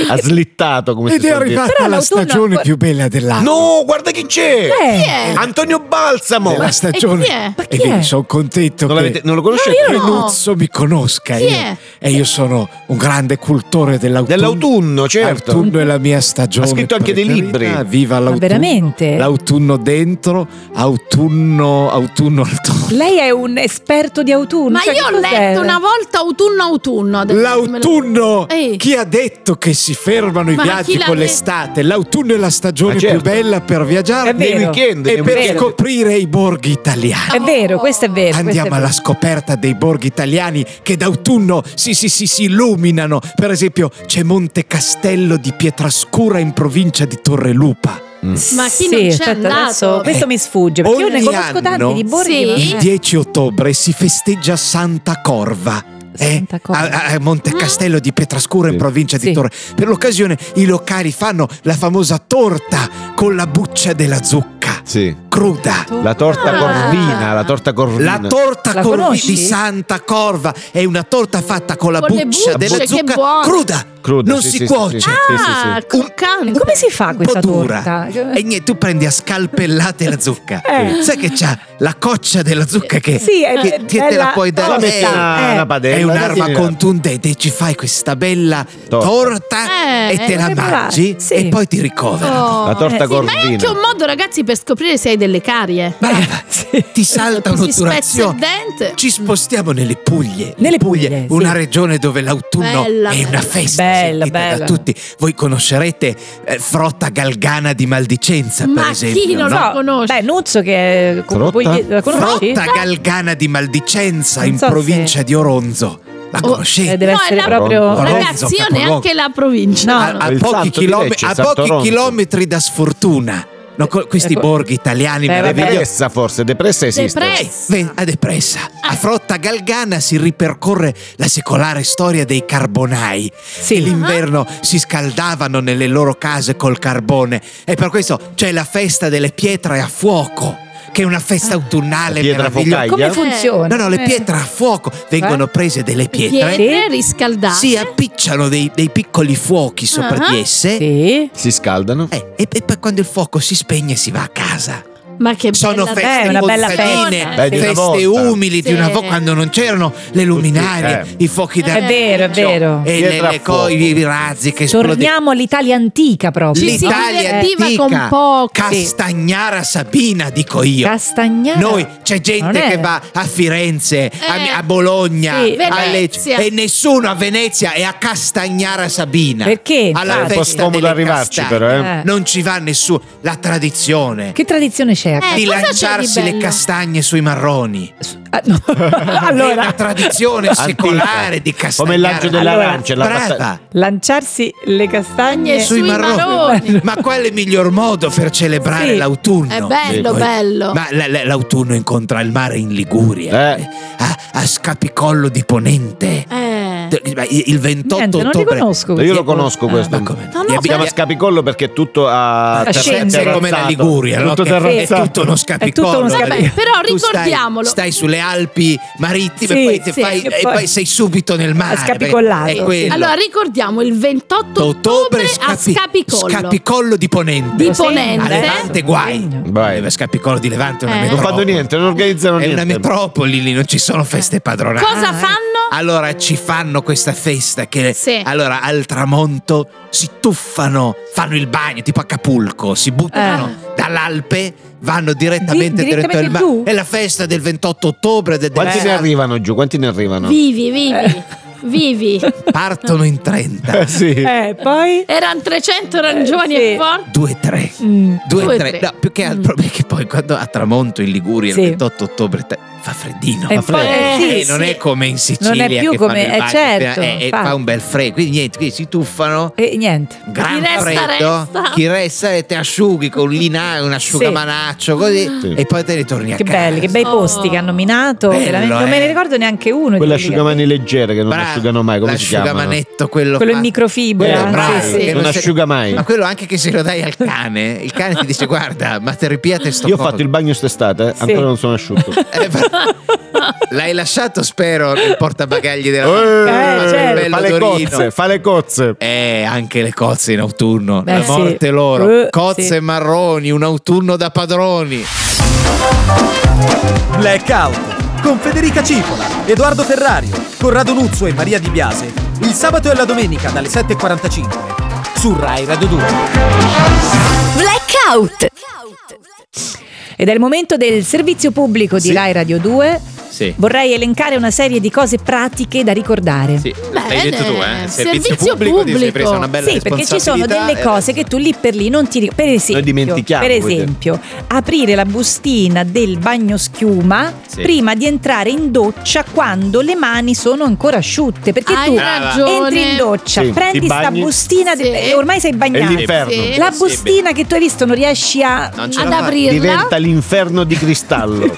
Speaker 3: Ha slittato come si suol dire.
Speaker 2: Però l'autunno-
Speaker 7: bella dell'anno.
Speaker 3: No, guarda chi c'è!
Speaker 2: Eh,
Speaker 4: chi è?
Speaker 6: Ah,
Speaker 3: Antonio Balsamo!
Speaker 7: Della
Speaker 4: E chi è?
Speaker 7: stagione.
Speaker 2: Ma chi
Speaker 7: E
Speaker 2: è?
Speaker 7: quindi sono contento
Speaker 3: Non, l'avete-
Speaker 7: che
Speaker 3: non lo conoscete?
Speaker 4: No, io no.
Speaker 7: Nuzzo mi conosca.
Speaker 4: Chi
Speaker 7: io-
Speaker 4: è?
Speaker 7: E io sono un grande cultore dell'autunno.
Speaker 3: Dell'autunno, certo.
Speaker 7: L'autunno è la mia stagione.
Speaker 3: Ha scritto anche dei
Speaker 7: preferita.
Speaker 3: libri.
Speaker 7: Viva
Speaker 2: Ma
Speaker 7: l'autunno.
Speaker 2: veramente?
Speaker 7: L'autunno dentro, autunno, autunno, autunno.
Speaker 2: Lei è un esperto di autunno.
Speaker 4: Ma
Speaker 2: cioè,
Speaker 4: io
Speaker 2: che
Speaker 4: ho
Speaker 2: cos'è?
Speaker 4: letto una volta autunno autunno. adesso
Speaker 7: L'autunno!
Speaker 4: me lo- Ehi.
Speaker 7: Chi ha detto che si fermano i
Speaker 4: Ma chi
Speaker 7: viaggi
Speaker 4: l'ha
Speaker 7: con
Speaker 4: detto?
Speaker 7: l'estate? L'autunno è la stagione
Speaker 3: Ma certo.
Speaker 7: più bella per
Speaker 2: È
Speaker 7: viaggiare
Speaker 2: vero.
Speaker 3: Nei weekend.
Speaker 7: e
Speaker 3: nei
Speaker 7: per
Speaker 3: weekend.
Speaker 7: scoprire i borghi italiani.
Speaker 2: È vero, questo è vero. questo è
Speaker 7: Andiamo
Speaker 2: vero.
Speaker 7: alla scoperta dei borghi italiani che d'autunno si, si, si, si illuminano. Per esempio, c'è Monte Castello di Pietrascura in provincia di Torrelupa.
Speaker 4: Ma chi
Speaker 2: sì,
Speaker 4: non c'è
Speaker 2: aspetta,
Speaker 4: andato?
Speaker 2: adesso- questo
Speaker 7: Eh,
Speaker 2: mi sfugge perché io ne
Speaker 7: ogni
Speaker 2: conosco tanti
Speaker 7: anno-
Speaker 2: di borghi.
Speaker 4: Sì.
Speaker 2: ma-
Speaker 7: Il 10 ottobre si festeggia Santa Corva. eh,
Speaker 2: Santa Corva. Ah.
Speaker 7: a, a Monte Castello di Pietrascura in
Speaker 3: Sì.
Speaker 7: provincia di
Speaker 2: Sì.
Speaker 7: Torre. Per l'occasione i locali fanno la famosa torta con la buccia della zucca
Speaker 3: Sì.
Speaker 7: cruda.
Speaker 3: La torta
Speaker 4: Ah.
Speaker 3: corvina, la torta corvina.
Speaker 7: La torta
Speaker 2: La
Speaker 7: col-
Speaker 2: conosci?
Speaker 7: di Santa Corva è una torta fatta con la
Speaker 4: Con le
Speaker 7: buccia
Speaker 4: bucce,
Speaker 7: della
Speaker 4: che
Speaker 7: zucca
Speaker 4: buono.
Speaker 7: cruda.
Speaker 3: Cruda,
Speaker 7: non
Speaker 3: sì,
Speaker 7: si
Speaker 3: sì, sì,
Speaker 7: cuoce.
Speaker 3: sì, sì, sì, sì.
Speaker 4: Ah, croccante.
Speaker 2: Eh, Come si fa
Speaker 7: Un
Speaker 2: Ah, questa
Speaker 7: po' dura.
Speaker 2: torta?
Speaker 7: E niente, tu prendi a scalpellate la zucca.
Speaker 2: Eh.
Speaker 7: Sai che c'ha la coccia della zucca che,
Speaker 2: Sì, è
Speaker 7: che-
Speaker 2: be-
Speaker 7: che te
Speaker 2: bella
Speaker 7: la puoi
Speaker 3: La
Speaker 7: dare.
Speaker 3: metti
Speaker 2: Eh,
Speaker 3: una
Speaker 2: eh.
Speaker 3: padella.
Speaker 7: È un'arma
Speaker 3: sì.
Speaker 7: contundente, e ci fai questa bella
Speaker 3: Torta.
Speaker 7: torta,
Speaker 4: Eh,
Speaker 7: e te
Speaker 4: eh,
Speaker 7: la
Speaker 2: preparati,
Speaker 7: mangi
Speaker 2: sì.
Speaker 7: e poi ti ricoverano.
Speaker 4: Oh.
Speaker 3: La torta
Speaker 4: Sì, ma è
Speaker 3: corvina.
Speaker 4: anche un modo, ragazzi, per scoprire se hai delle carie.
Speaker 7: Brava,
Speaker 4: Si
Speaker 7: ti salta
Speaker 4: spezza il
Speaker 7: un'otturazione.
Speaker 4: dente.
Speaker 7: Ci spostiamo nelle Puglie.
Speaker 2: Nelle
Speaker 7: Le Puglie,
Speaker 2: Puglie, sì.
Speaker 7: una regione dove l'autunno
Speaker 4: Bella,
Speaker 7: è
Speaker 4: bella.
Speaker 7: una festa
Speaker 2: Bella,
Speaker 7: sentita
Speaker 2: bella.
Speaker 7: da tutti. Voi conoscerete eh, Frotta Galgana di Maldicenza,
Speaker 4: Ma
Speaker 7: per
Speaker 4: chi
Speaker 7: esempio.
Speaker 4: non
Speaker 7: no?
Speaker 4: la conosci?
Speaker 2: Beh, Nuzzo che è-
Speaker 5: Frotta?
Speaker 2: poi gli- la conosci?
Speaker 7: Frotta Galgana di Maldicenza,
Speaker 2: Non
Speaker 7: in
Speaker 2: so se-
Speaker 7: provincia di Oronzo. La
Speaker 4: Oh,
Speaker 2: Eh,
Speaker 7: conoscete?
Speaker 2: deve
Speaker 4: No, è
Speaker 2: essere
Speaker 4: la-
Speaker 2: proprio
Speaker 7: Oronzo,
Speaker 4: Ragazzi, io
Speaker 7: capoluogo.
Speaker 4: neanche la provincia.
Speaker 2: No,
Speaker 4: no.
Speaker 7: a, a
Speaker 3: Il
Speaker 7: pochi,
Speaker 3: Salto di
Speaker 7: chilome-
Speaker 3: Lecce,
Speaker 7: a
Speaker 3: San
Speaker 7: pochi
Speaker 3: Toronto.
Speaker 7: chilometri da sfortuna. No, co- questi
Speaker 2: Ecco.
Speaker 7: borghi italiani
Speaker 2: Beh, vabbè.
Speaker 7: meravigliosi.
Speaker 3: Depressa forse, depressa esiste. Eh,
Speaker 4: Depressa.
Speaker 7: Ven- a depressa. A Frotta Galgana si ripercorre la secolare storia dei carbonai.
Speaker 2: Sì.
Speaker 7: Che l'inverno si scaldavano nelle loro case col carbone. E per questo c'è la festa delle pietre a fuoco, che è una festa autunnale
Speaker 3: Pietra
Speaker 7: meravigliosa.
Speaker 3: focaia.
Speaker 2: Come
Speaker 3: Eh.
Speaker 2: funziona?
Speaker 7: No, no, le
Speaker 2: Ah. Eh.
Speaker 7: pietre a fuoco vengono
Speaker 2: Eh?
Speaker 7: prese delle pietre.
Speaker 4: Pietre
Speaker 2: Sì.
Speaker 4: riscaldate.
Speaker 7: Si appicciano dei, dei piccoli fuochi sopra
Speaker 4: Ah.
Speaker 7: di esse.
Speaker 2: Sì.
Speaker 3: Si scaldano.
Speaker 7: Eh, e, e poi quando il fuoco si spegne si va a casa.
Speaker 4: Ma che
Speaker 7: Sono
Speaker 4: bella
Speaker 7: feste
Speaker 2: Eh, una bella
Speaker 7: contadine,
Speaker 4: festa.
Speaker 3: Beh, di una
Speaker 7: feste
Speaker 3: volta.
Speaker 7: umili di una
Speaker 4: Sì.
Speaker 7: volta quando non c'erano le luminarie,
Speaker 3: eh.
Speaker 7: i fuochi
Speaker 4: È
Speaker 2: vero, è
Speaker 7: d'artificio
Speaker 2: vero.
Speaker 7: e le,
Speaker 3: Pietra a
Speaker 7: le co-
Speaker 3: fuoco.
Speaker 7: i razzi che esplodevano.
Speaker 2: Torniamo all'Italia antica proprio.
Speaker 4: Ci si
Speaker 7: L'Italia
Speaker 4: divertiva
Speaker 7: antica,
Speaker 4: con poco.
Speaker 7: Castagnara Sabina, dico io.
Speaker 2: Castagnara.
Speaker 7: Noi c'è
Speaker 2: Non
Speaker 7: gente
Speaker 2: è-
Speaker 7: che va a Firenze, a,
Speaker 4: Eh.
Speaker 7: a Bologna,
Speaker 2: Sì.
Speaker 7: a Lecce
Speaker 4: Venezia.
Speaker 7: e nessuno a Venezia e a Castagnara Sabina.
Speaker 2: Perché?
Speaker 7: Alla
Speaker 2: Infatti.
Speaker 3: È un po'
Speaker 7: festa
Speaker 3: scomodo
Speaker 7: delle
Speaker 3: arrivarci,
Speaker 7: castagne.
Speaker 3: però. Eh.
Speaker 2: Eh.
Speaker 7: Non ci va nessuno. La tradizione
Speaker 2: Che tradizione c'è?
Speaker 4: Eh,
Speaker 7: di
Speaker 4: cosa c'è di
Speaker 7: lanciarsi le
Speaker 4: bello?
Speaker 7: castagne sui marroni.
Speaker 2: Ah, no.
Speaker 7: <laughs> È
Speaker 2: allora,
Speaker 7: una tradizione
Speaker 3: Antica.
Speaker 7: secolare di
Speaker 3: Come
Speaker 7: castagnare.
Speaker 3: il lancio dell'arancia. la
Speaker 7: Brava.
Speaker 3: pasta-
Speaker 2: lanciarsi le castagne
Speaker 4: Sui
Speaker 7: sui marroni.
Speaker 4: <laughs> marroni.
Speaker 7: Ma qual è il miglior modo per celebrare
Speaker 2: Sì.
Speaker 7: l'autunno?
Speaker 4: È bello,
Speaker 7: Poi-
Speaker 4: bello.
Speaker 7: Ma l- l- l'autunno incontra il mare in Liguria,
Speaker 3: Eh.
Speaker 7: a, a Scapicollo di Ponente.
Speaker 4: Eh.
Speaker 7: D- Il il 28
Speaker 2: Niente, non li
Speaker 7: ottobre.
Speaker 2: conosco.
Speaker 3: Io lo conosco
Speaker 2: Ah,
Speaker 3: questo.
Speaker 7: ma come?
Speaker 4: No, no,
Speaker 7: Li
Speaker 3: si chiama
Speaker 7: abbiamo-
Speaker 3: scapicollo perché è tutto
Speaker 7: Ah,
Speaker 3: a
Speaker 2: A
Speaker 3: terra-
Speaker 2: scienze.
Speaker 7: È Eh, come la
Speaker 3: terrazzato.
Speaker 7: Liguria, no?
Speaker 3: tutto
Speaker 7: Che è
Speaker 3: terrazzato.
Speaker 7: tutto uno scapicollo.
Speaker 2: uno
Speaker 4: Vabbè, però
Speaker 7: Tu stai-
Speaker 4: ricordiamolo.
Speaker 7: Stai, sulle Alpi marittime
Speaker 2: Sì,
Speaker 7: e, poi ti
Speaker 2: sì,
Speaker 7: fai-
Speaker 2: e
Speaker 7: e
Speaker 2: poi-
Speaker 7: poi sei subito nel mare. perché
Speaker 2: scapicollato,
Speaker 7: È
Speaker 2: sì.
Speaker 7: quello.
Speaker 4: Allora ricordiamo il 28
Speaker 7: ottobre
Speaker 4: ottobre a
Speaker 7: scapi-
Speaker 4: Scapicollo.
Speaker 7: Scapicollo di Ponente.
Speaker 4: Di
Speaker 2: Lo segno,
Speaker 4: Ponente.
Speaker 7: A
Speaker 2: adesso.
Speaker 7: Levante guai.
Speaker 3: Vai.
Speaker 7: Eh, Scapicollo di Levante è una
Speaker 4: Eh.
Speaker 3: Non
Speaker 7: metropoli.
Speaker 3: fanno niente, non organizzano
Speaker 7: È
Speaker 3: niente.
Speaker 7: una metropoli lì, non ci sono feste padronali.
Speaker 5: Ah,
Speaker 7: Ah.
Speaker 4: Cosa fanno?
Speaker 7: Allora ci fanno questa festa che
Speaker 4: Sì.
Speaker 7: allora al tramonto si tuffano, fanno il bagno tipo Acapulco, si buttano
Speaker 4: Eh.
Speaker 7: dall'Alpe, vanno direttamente,
Speaker 2: Di-
Speaker 7: diretto al
Speaker 2: direttamente giù?
Speaker 7: mare. È la festa del 28 ottobre del
Speaker 3: Quanti
Speaker 7: del-
Speaker 3: ne arrivano giù? Quanti ne arrivano?
Speaker 4: Vivi, vivi,
Speaker 2: Eh. <laughs>
Speaker 4: vivi.
Speaker 7: Partono in
Speaker 3: <laughs>
Speaker 7: 30.
Speaker 3: Eh, sì.
Speaker 2: Eh, poi
Speaker 4: Erano 300, erano giovani
Speaker 2: Eh, sì.
Speaker 4: e forti.
Speaker 7: 2-3.
Speaker 2: Mm.
Speaker 7: 2
Speaker 4: Due,
Speaker 7: 3.
Speaker 4: tre. Mm.
Speaker 7: No, più che altro perché poi quando a tramonto in Liguria
Speaker 2: Sì.
Speaker 7: il 28 ottobre te- fa freddino.
Speaker 2: E
Speaker 7: Fa
Speaker 2: poi-
Speaker 7: freddo.
Speaker 2: eh, sì,
Speaker 7: Eh, non
Speaker 4: sì.
Speaker 7: è come in Sicilia
Speaker 2: Non è più
Speaker 7: che
Speaker 2: come-
Speaker 7: fanno il
Speaker 2: eh,
Speaker 7: bagno,
Speaker 2: certo,
Speaker 7: eh, eh,
Speaker 2: infatti.
Speaker 7: fa un bel freddo, quindi niente, qui si tuffano.
Speaker 2: e niente.
Speaker 7: Gran
Speaker 4: Chi resta,
Speaker 7: freddo,
Speaker 4: resta.
Speaker 7: chi resta e te asciughi con un linaio, un asciugamanaccio così
Speaker 3: Sì.
Speaker 7: e poi te ne torni a
Speaker 2: Che
Speaker 7: casa.
Speaker 2: belli, che bei
Speaker 4: Oh.
Speaker 2: posti che hanno minato.
Speaker 7: Bello,
Speaker 2: veramente. Non
Speaker 7: eh.
Speaker 2: me ne ricordo neanche uno. di
Speaker 3: Quelle
Speaker 2: quelli che-
Speaker 3: asciugamani leggere che non
Speaker 7: Bravo,
Speaker 3: asciugano mai, come si chiamano?
Speaker 7: L'asciugamanetto quello
Speaker 2: Quello in
Speaker 7: fatto-
Speaker 2: microfibra.
Speaker 7: Eh,
Speaker 2: sì,
Speaker 7: bravo,
Speaker 2: sì.
Speaker 7: che
Speaker 3: non
Speaker 7: se-
Speaker 3: asciuga mai.
Speaker 7: Ma quello anche che se lo dai al cane, il cane ti dice guarda, ma terapia te sto
Speaker 3: Io ho
Speaker 7: coso".
Speaker 3: fatto il bagno st'estate, eh,
Speaker 2: Sì.
Speaker 3: ancora non sono
Speaker 5: <laughs>
Speaker 7: <laughs>
Speaker 3: asciutto.
Speaker 7: Eh, ma- L'hai lasciato, spero, nel portabagagli della
Speaker 2: Eh, certo.
Speaker 7: bello
Speaker 3: fa le
Speaker 7: Dorino.
Speaker 3: cozze, fa le cozze.
Speaker 7: Eh, anche le cozze in autunno,
Speaker 2: Beh,
Speaker 7: la
Speaker 2: sì.
Speaker 7: morte loro.
Speaker 2: Eh,
Speaker 7: cozze
Speaker 2: sì.
Speaker 7: marroni, un autunno da padroni.
Speaker 6: Blackout con Federica Cipola, Edoardo Ferrario, Corrado Nuzzo e Maria Di Biase. Il sabato e la domenica dalle 7.45 su Rai Radio 2.
Speaker 1: Blackout.
Speaker 2: <laughs> Ed è il momento del servizio pubblico di
Speaker 7: Sì.
Speaker 2: Rai Radio 2.
Speaker 5: Sì.
Speaker 2: Vorrei elencare una serie di cose pratiche da ricordare.
Speaker 5: Sì,
Speaker 4: Bene.
Speaker 5: l'hai detto tu, eh? Servizio,
Speaker 4: Servizio
Speaker 5: pubblico, ti sei
Speaker 4: pubblico.
Speaker 5: presa una bella
Speaker 2: Sì, perché ci sono
Speaker 5: responsabilità,
Speaker 2: delle
Speaker 5: eh,
Speaker 2: cose che tu lì per lì non ti ricordi. Per esempio,
Speaker 3: dimentichiamo,
Speaker 2: per
Speaker 3: vuoi dire.
Speaker 2: esempio aprire la bustina del bagno schiuma
Speaker 5: Sì.
Speaker 2: prima di entrare in doccia quando le mani sono ancora asciutte. Perché
Speaker 4: Hai
Speaker 2: tu
Speaker 4: ragione.
Speaker 2: entri in doccia,
Speaker 3: Sì, ti
Speaker 2: prendi sta
Speaker 3: bagni.
Speaker 2: bustina,
Speaker 4: Sì.
Speaker 2: di- e ormai sei
Speaker 3: È
Speaker 2: bagnato.
Speaker 3: l'inferno.
Speaker 4: Sì.
Speaker 2: La bustina che tu hai visto non riesci a...
Speaker 5: Non ce
Speaker 4: Ad
Speaker 5: la fai.
Speaker 4: aprirla.
Speaker 3: Diventa l'inferno di <laughs> cristallo.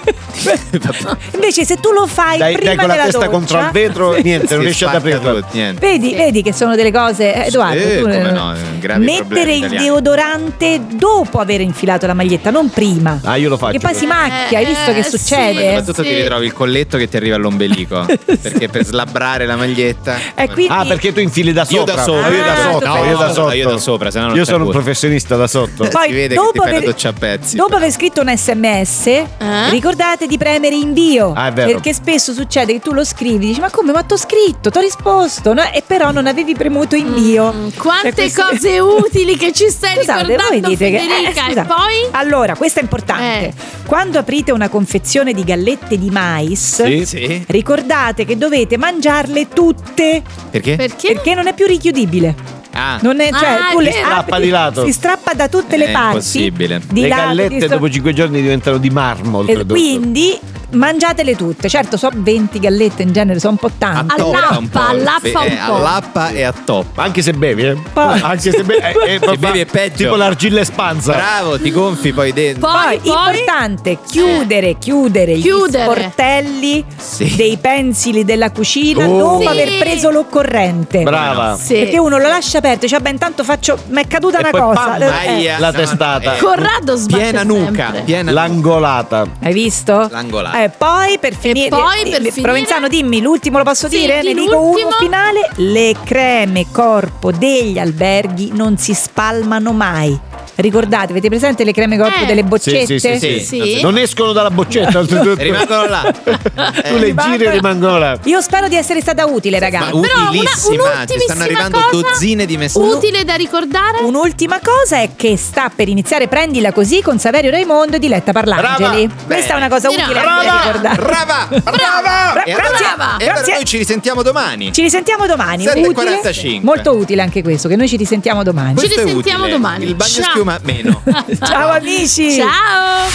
Speaker 2: Invece se tu lo fai
Speaker 3: Dai,
Speaker 2: prima
Speaker 3: dai con la
Speaker 2: della
Speaker 3: testa
Speaker 2: doccia,
Speaker 3: contro il vetro, niente,
Speaker 5: Si
Speaker 3: non riesci ad
Speaker 5: spacca
Speaker 3: aprirlo.
Speaker 5: tutto, niente.
Speaker 2: Vedi, vedi che sono delle cose, eh, Edoardo.
Speaker 5: Sì,
Speaker 2: tu,
Speaker 5: come
Speaker 2: eh,
Speaker 5: no, è un grave problema
Speaker 2: mettere il
Speaker 5: italiano.
Speaker 2: deodorante dopo aver infilato la maglietta, non prima.
Speaker 3: Ah, io lo faccio.
Speaker 2: Che poi si
Speaker 3: questo.
Speaker 2: macchia, hai visto
Speaker 4: Eh,
Speaker 2: che
Speaker 4: sì.
Speaker 5: Ma
Speaker 2: succede?
Speaker 5: soprattutto ti
Speaker 4: Sì.
Speaker 5: ritrovi il colletto che ti
Speaker 2: <laughs>
Speaker 5: arriva all'ombelico perché per slabrare la maglietta
Speaker 2: E Eh, quindi
Speaker 3: Ah, perché tu infili da sopra?
Speaker 5: Io da sopra,
Speaker 3: Ah, io da
Speaker 2: tu
Speaker 3: sotto,
Speaker 2: fai-
Speaker 3: io da
Speaker 5: No,
Speaker 3: sotto.
Speaker 5: io da sopra, se no non
Speaker 3: Io
Speaker 5: c'è
Speaker 3: sono un
Speaker 5: gusto.
Speaker 3: professionista da sotto.
Speaker 5: si vede che ti fai la doccia a pezzi.
Speaker 4: Eh?
Speaker 2: dopo aver scritto un sms, ricordate di premere invio.
Speaker 3: Ah, è
Speaker 5: è vero.
Speaker 2: Perché spesso succede che tu lo scrivi, dici ma come, ma t'ho scritto, t'ho risposto, no? e però non avevi premuto invio.
Speaker 4: Mm, Quante
Speaker 2: Cioè, questo-
Speaker 4: cose utili che ci stai
Speaker 2: Scusate, voi
Speaker 4: ricordando,
Speaker 2: dite che-
Speaker 4: Federica.
Speaker 2: eh,
Speaker 4: e
Speaker 2: scusa.
Speaker 4: poi?
Speaker 2: Allora, questo è importante.
Speaker 4: Eh.
Speaker 2: Quando aprite una confezione di gallette di mais,
Speaker 5: Sì.
Speaker 7: Sì.
Speaker 2: ricordate che dovete mangiarle tutte
Speaker 5: Perché?
Speaker 4: Perché?
Speaker 2: perché non è più richiudibile.
Speaker 5: Ah,
Speaker 2: Non è,
Speaker 4: Ah,
Speaker 2: cioè, tu le
Speaker 4: si
Speaker 2: apri,
Speaker 3: strappa di lato.
Speaker 2: Si strappa da tutte
Speaker 5: È
Speaker 2: le parti.
Speaker 5: impossibile.
Speaker 2: <laughs> Di
Speaker 3: le
Speaker 2: lato, di
Speaker 3: gallette
Speaker 2: stra-
Speaker 3: dopo 5 giorni diventano di marmo.
Speaker 2: e
Speaker 3: oltretutto.
Speaker 2: quindi mangiatele tutte. Certo, so 20 gallette in genere, sono un po' tante.
Speaker 5: attoppa
Speaker 4: all'appa,
Speaker 5: un po'.
Speaker 4: all'appa un
Speaker 5: Eh,
Speaker 4: po'.
Speaker 5: All'appa e a top.
Speaker 3: Ma anche se bevi, eh?
Speaker 2: Poi-
Speaker 3: Anche se
Speaker 2: <laughs>
Speaker 3: bevi, è, è proprio-
Speaker 5: bevi è peggio.
Speaker 3: Tipo l'argilla espansa.
Speaker 5: Bravo, ti gonfi poi dentro.
Speaker 2: Poi,
Speaker 4: Poi, poi,
Speaker 2: importante chiudere, chiudere,
Speaker 4: Chiudere.
Speaker 2: gli sportelli
Speaker 5: Sì.
Speaker 2: dei pensili della cucina
Speaker 5: Oh.
Speaker 2: dopo
Speaker 4: Sì.
Speaker 2: aver preso l'occorrente.
Speaker 3: Brava.
Speaker 4: Sì.
Speaker 2: Perché uno lo lascia aperto, cioè, beh, intanto faccio. Mi è caduta
Speaker 3: E
Speaker 2: una
Speaker 3: poi,
Speaker 2: cosa.
Speaker 3: pam,
Speaker 2: Eh,
Speaker 5: aia.
Speaker 3: La
Speaker 5: No,
Speaker 3: testata.
Speaker 5: no, eh.
Speaker 4: Corrado sbatte
Speaker 5: Piena nuca,
Speaker 4: sempre.
Speaker 5: piena
Speaker 3: L'angolata.
Speaker 2: Hai visto?
Speaker 5: L'angolata.
Speaker 2: Eh, poi per finire,
Speaker 4: poi per
Speaker 2: eh,
Speaker 4: finire-
Speaker 2: Provenzano, dimmi l'ultimo, lo posso
Speaker 4: Sì,
Speaker 2: dire?
Speaker 4: di
Speaker 2: Ne dico
Speaker 4: l'ultimo.
Speaker 2: uno finale: le creme corpo degli alberghi non si spalmano mai. Ricordate, avete presente le creme corpo
Speaker 4: Eh.
Speaker 2: delle boccette?
Speaker 3: Sì, sì, sì, sì.
Speaker 4: Sì.
Speaker 3: Non escono dalla
Speaker 5: <laughs>
Speaker 3: boccetta. oltretutto.
Speaker 5: E rimangono
Speaker 3: <laughs>
Speaker 5: là.
Speaker 3: tu le giri e rimangono là.
Speaker 2: Io spero di essere stata utile,
Speaker 5: Ma
Speaker 2: ragazzi.
Speaker 4: Però una-
Speaker 5: utilissima, ci
Speaker 4: un'ultimissima
Speaker 5: stanno arrivando
Speaker 4: cosa
Speaker 5: dozzine di messaggi.
Speaker 4: Utile da ricordare?
Speaker 2: Un'ultima cosa è che sta per iniziare Prendila così con Saverio Raimondo e Diletta Parlangeli.
Speaker 5: Brava.
Speaker 2: Questa è una cosa utile
Speaker 4: Brava.
Speaker 2: da ricordare.
Speaker 5: Brava!
Speaker 2: Bra-
Speaker 5: Brava! E allora,
Speaker 2: Eh. brava.
Speaker 5: e allora
Speaker 2: Grazie.
Speaker 5: noi ci risentiamo domani.
Speaker 2: Ci risentiamo domani.
Speaker 5: 7.45.
Speaker 2: Utile. Molto utile anche questo, che noi ci risentiamo domani.
Speaker 4: Ci
Speaker 5: Questo è
Speaker 4: risentiamo
Speaker 5: utile.
Speaker 4: domani.
Speaker 5: Il bagno
Speaker 4: Ciao.
Speaker 5: schiuma meno.
Speaker 2: <laughs> Ciao amici!
Speaker 4: Ciao!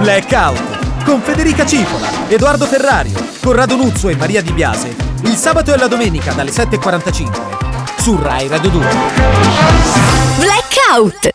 Speaker 6: Blackout con Federica Cipola, Edoardo Ferrario, Corrado Nuzzo e Maria Di Biase. Il sabato e la domenica dalle 7.45 su Rai Radio 2.
Speaker 1: Blackout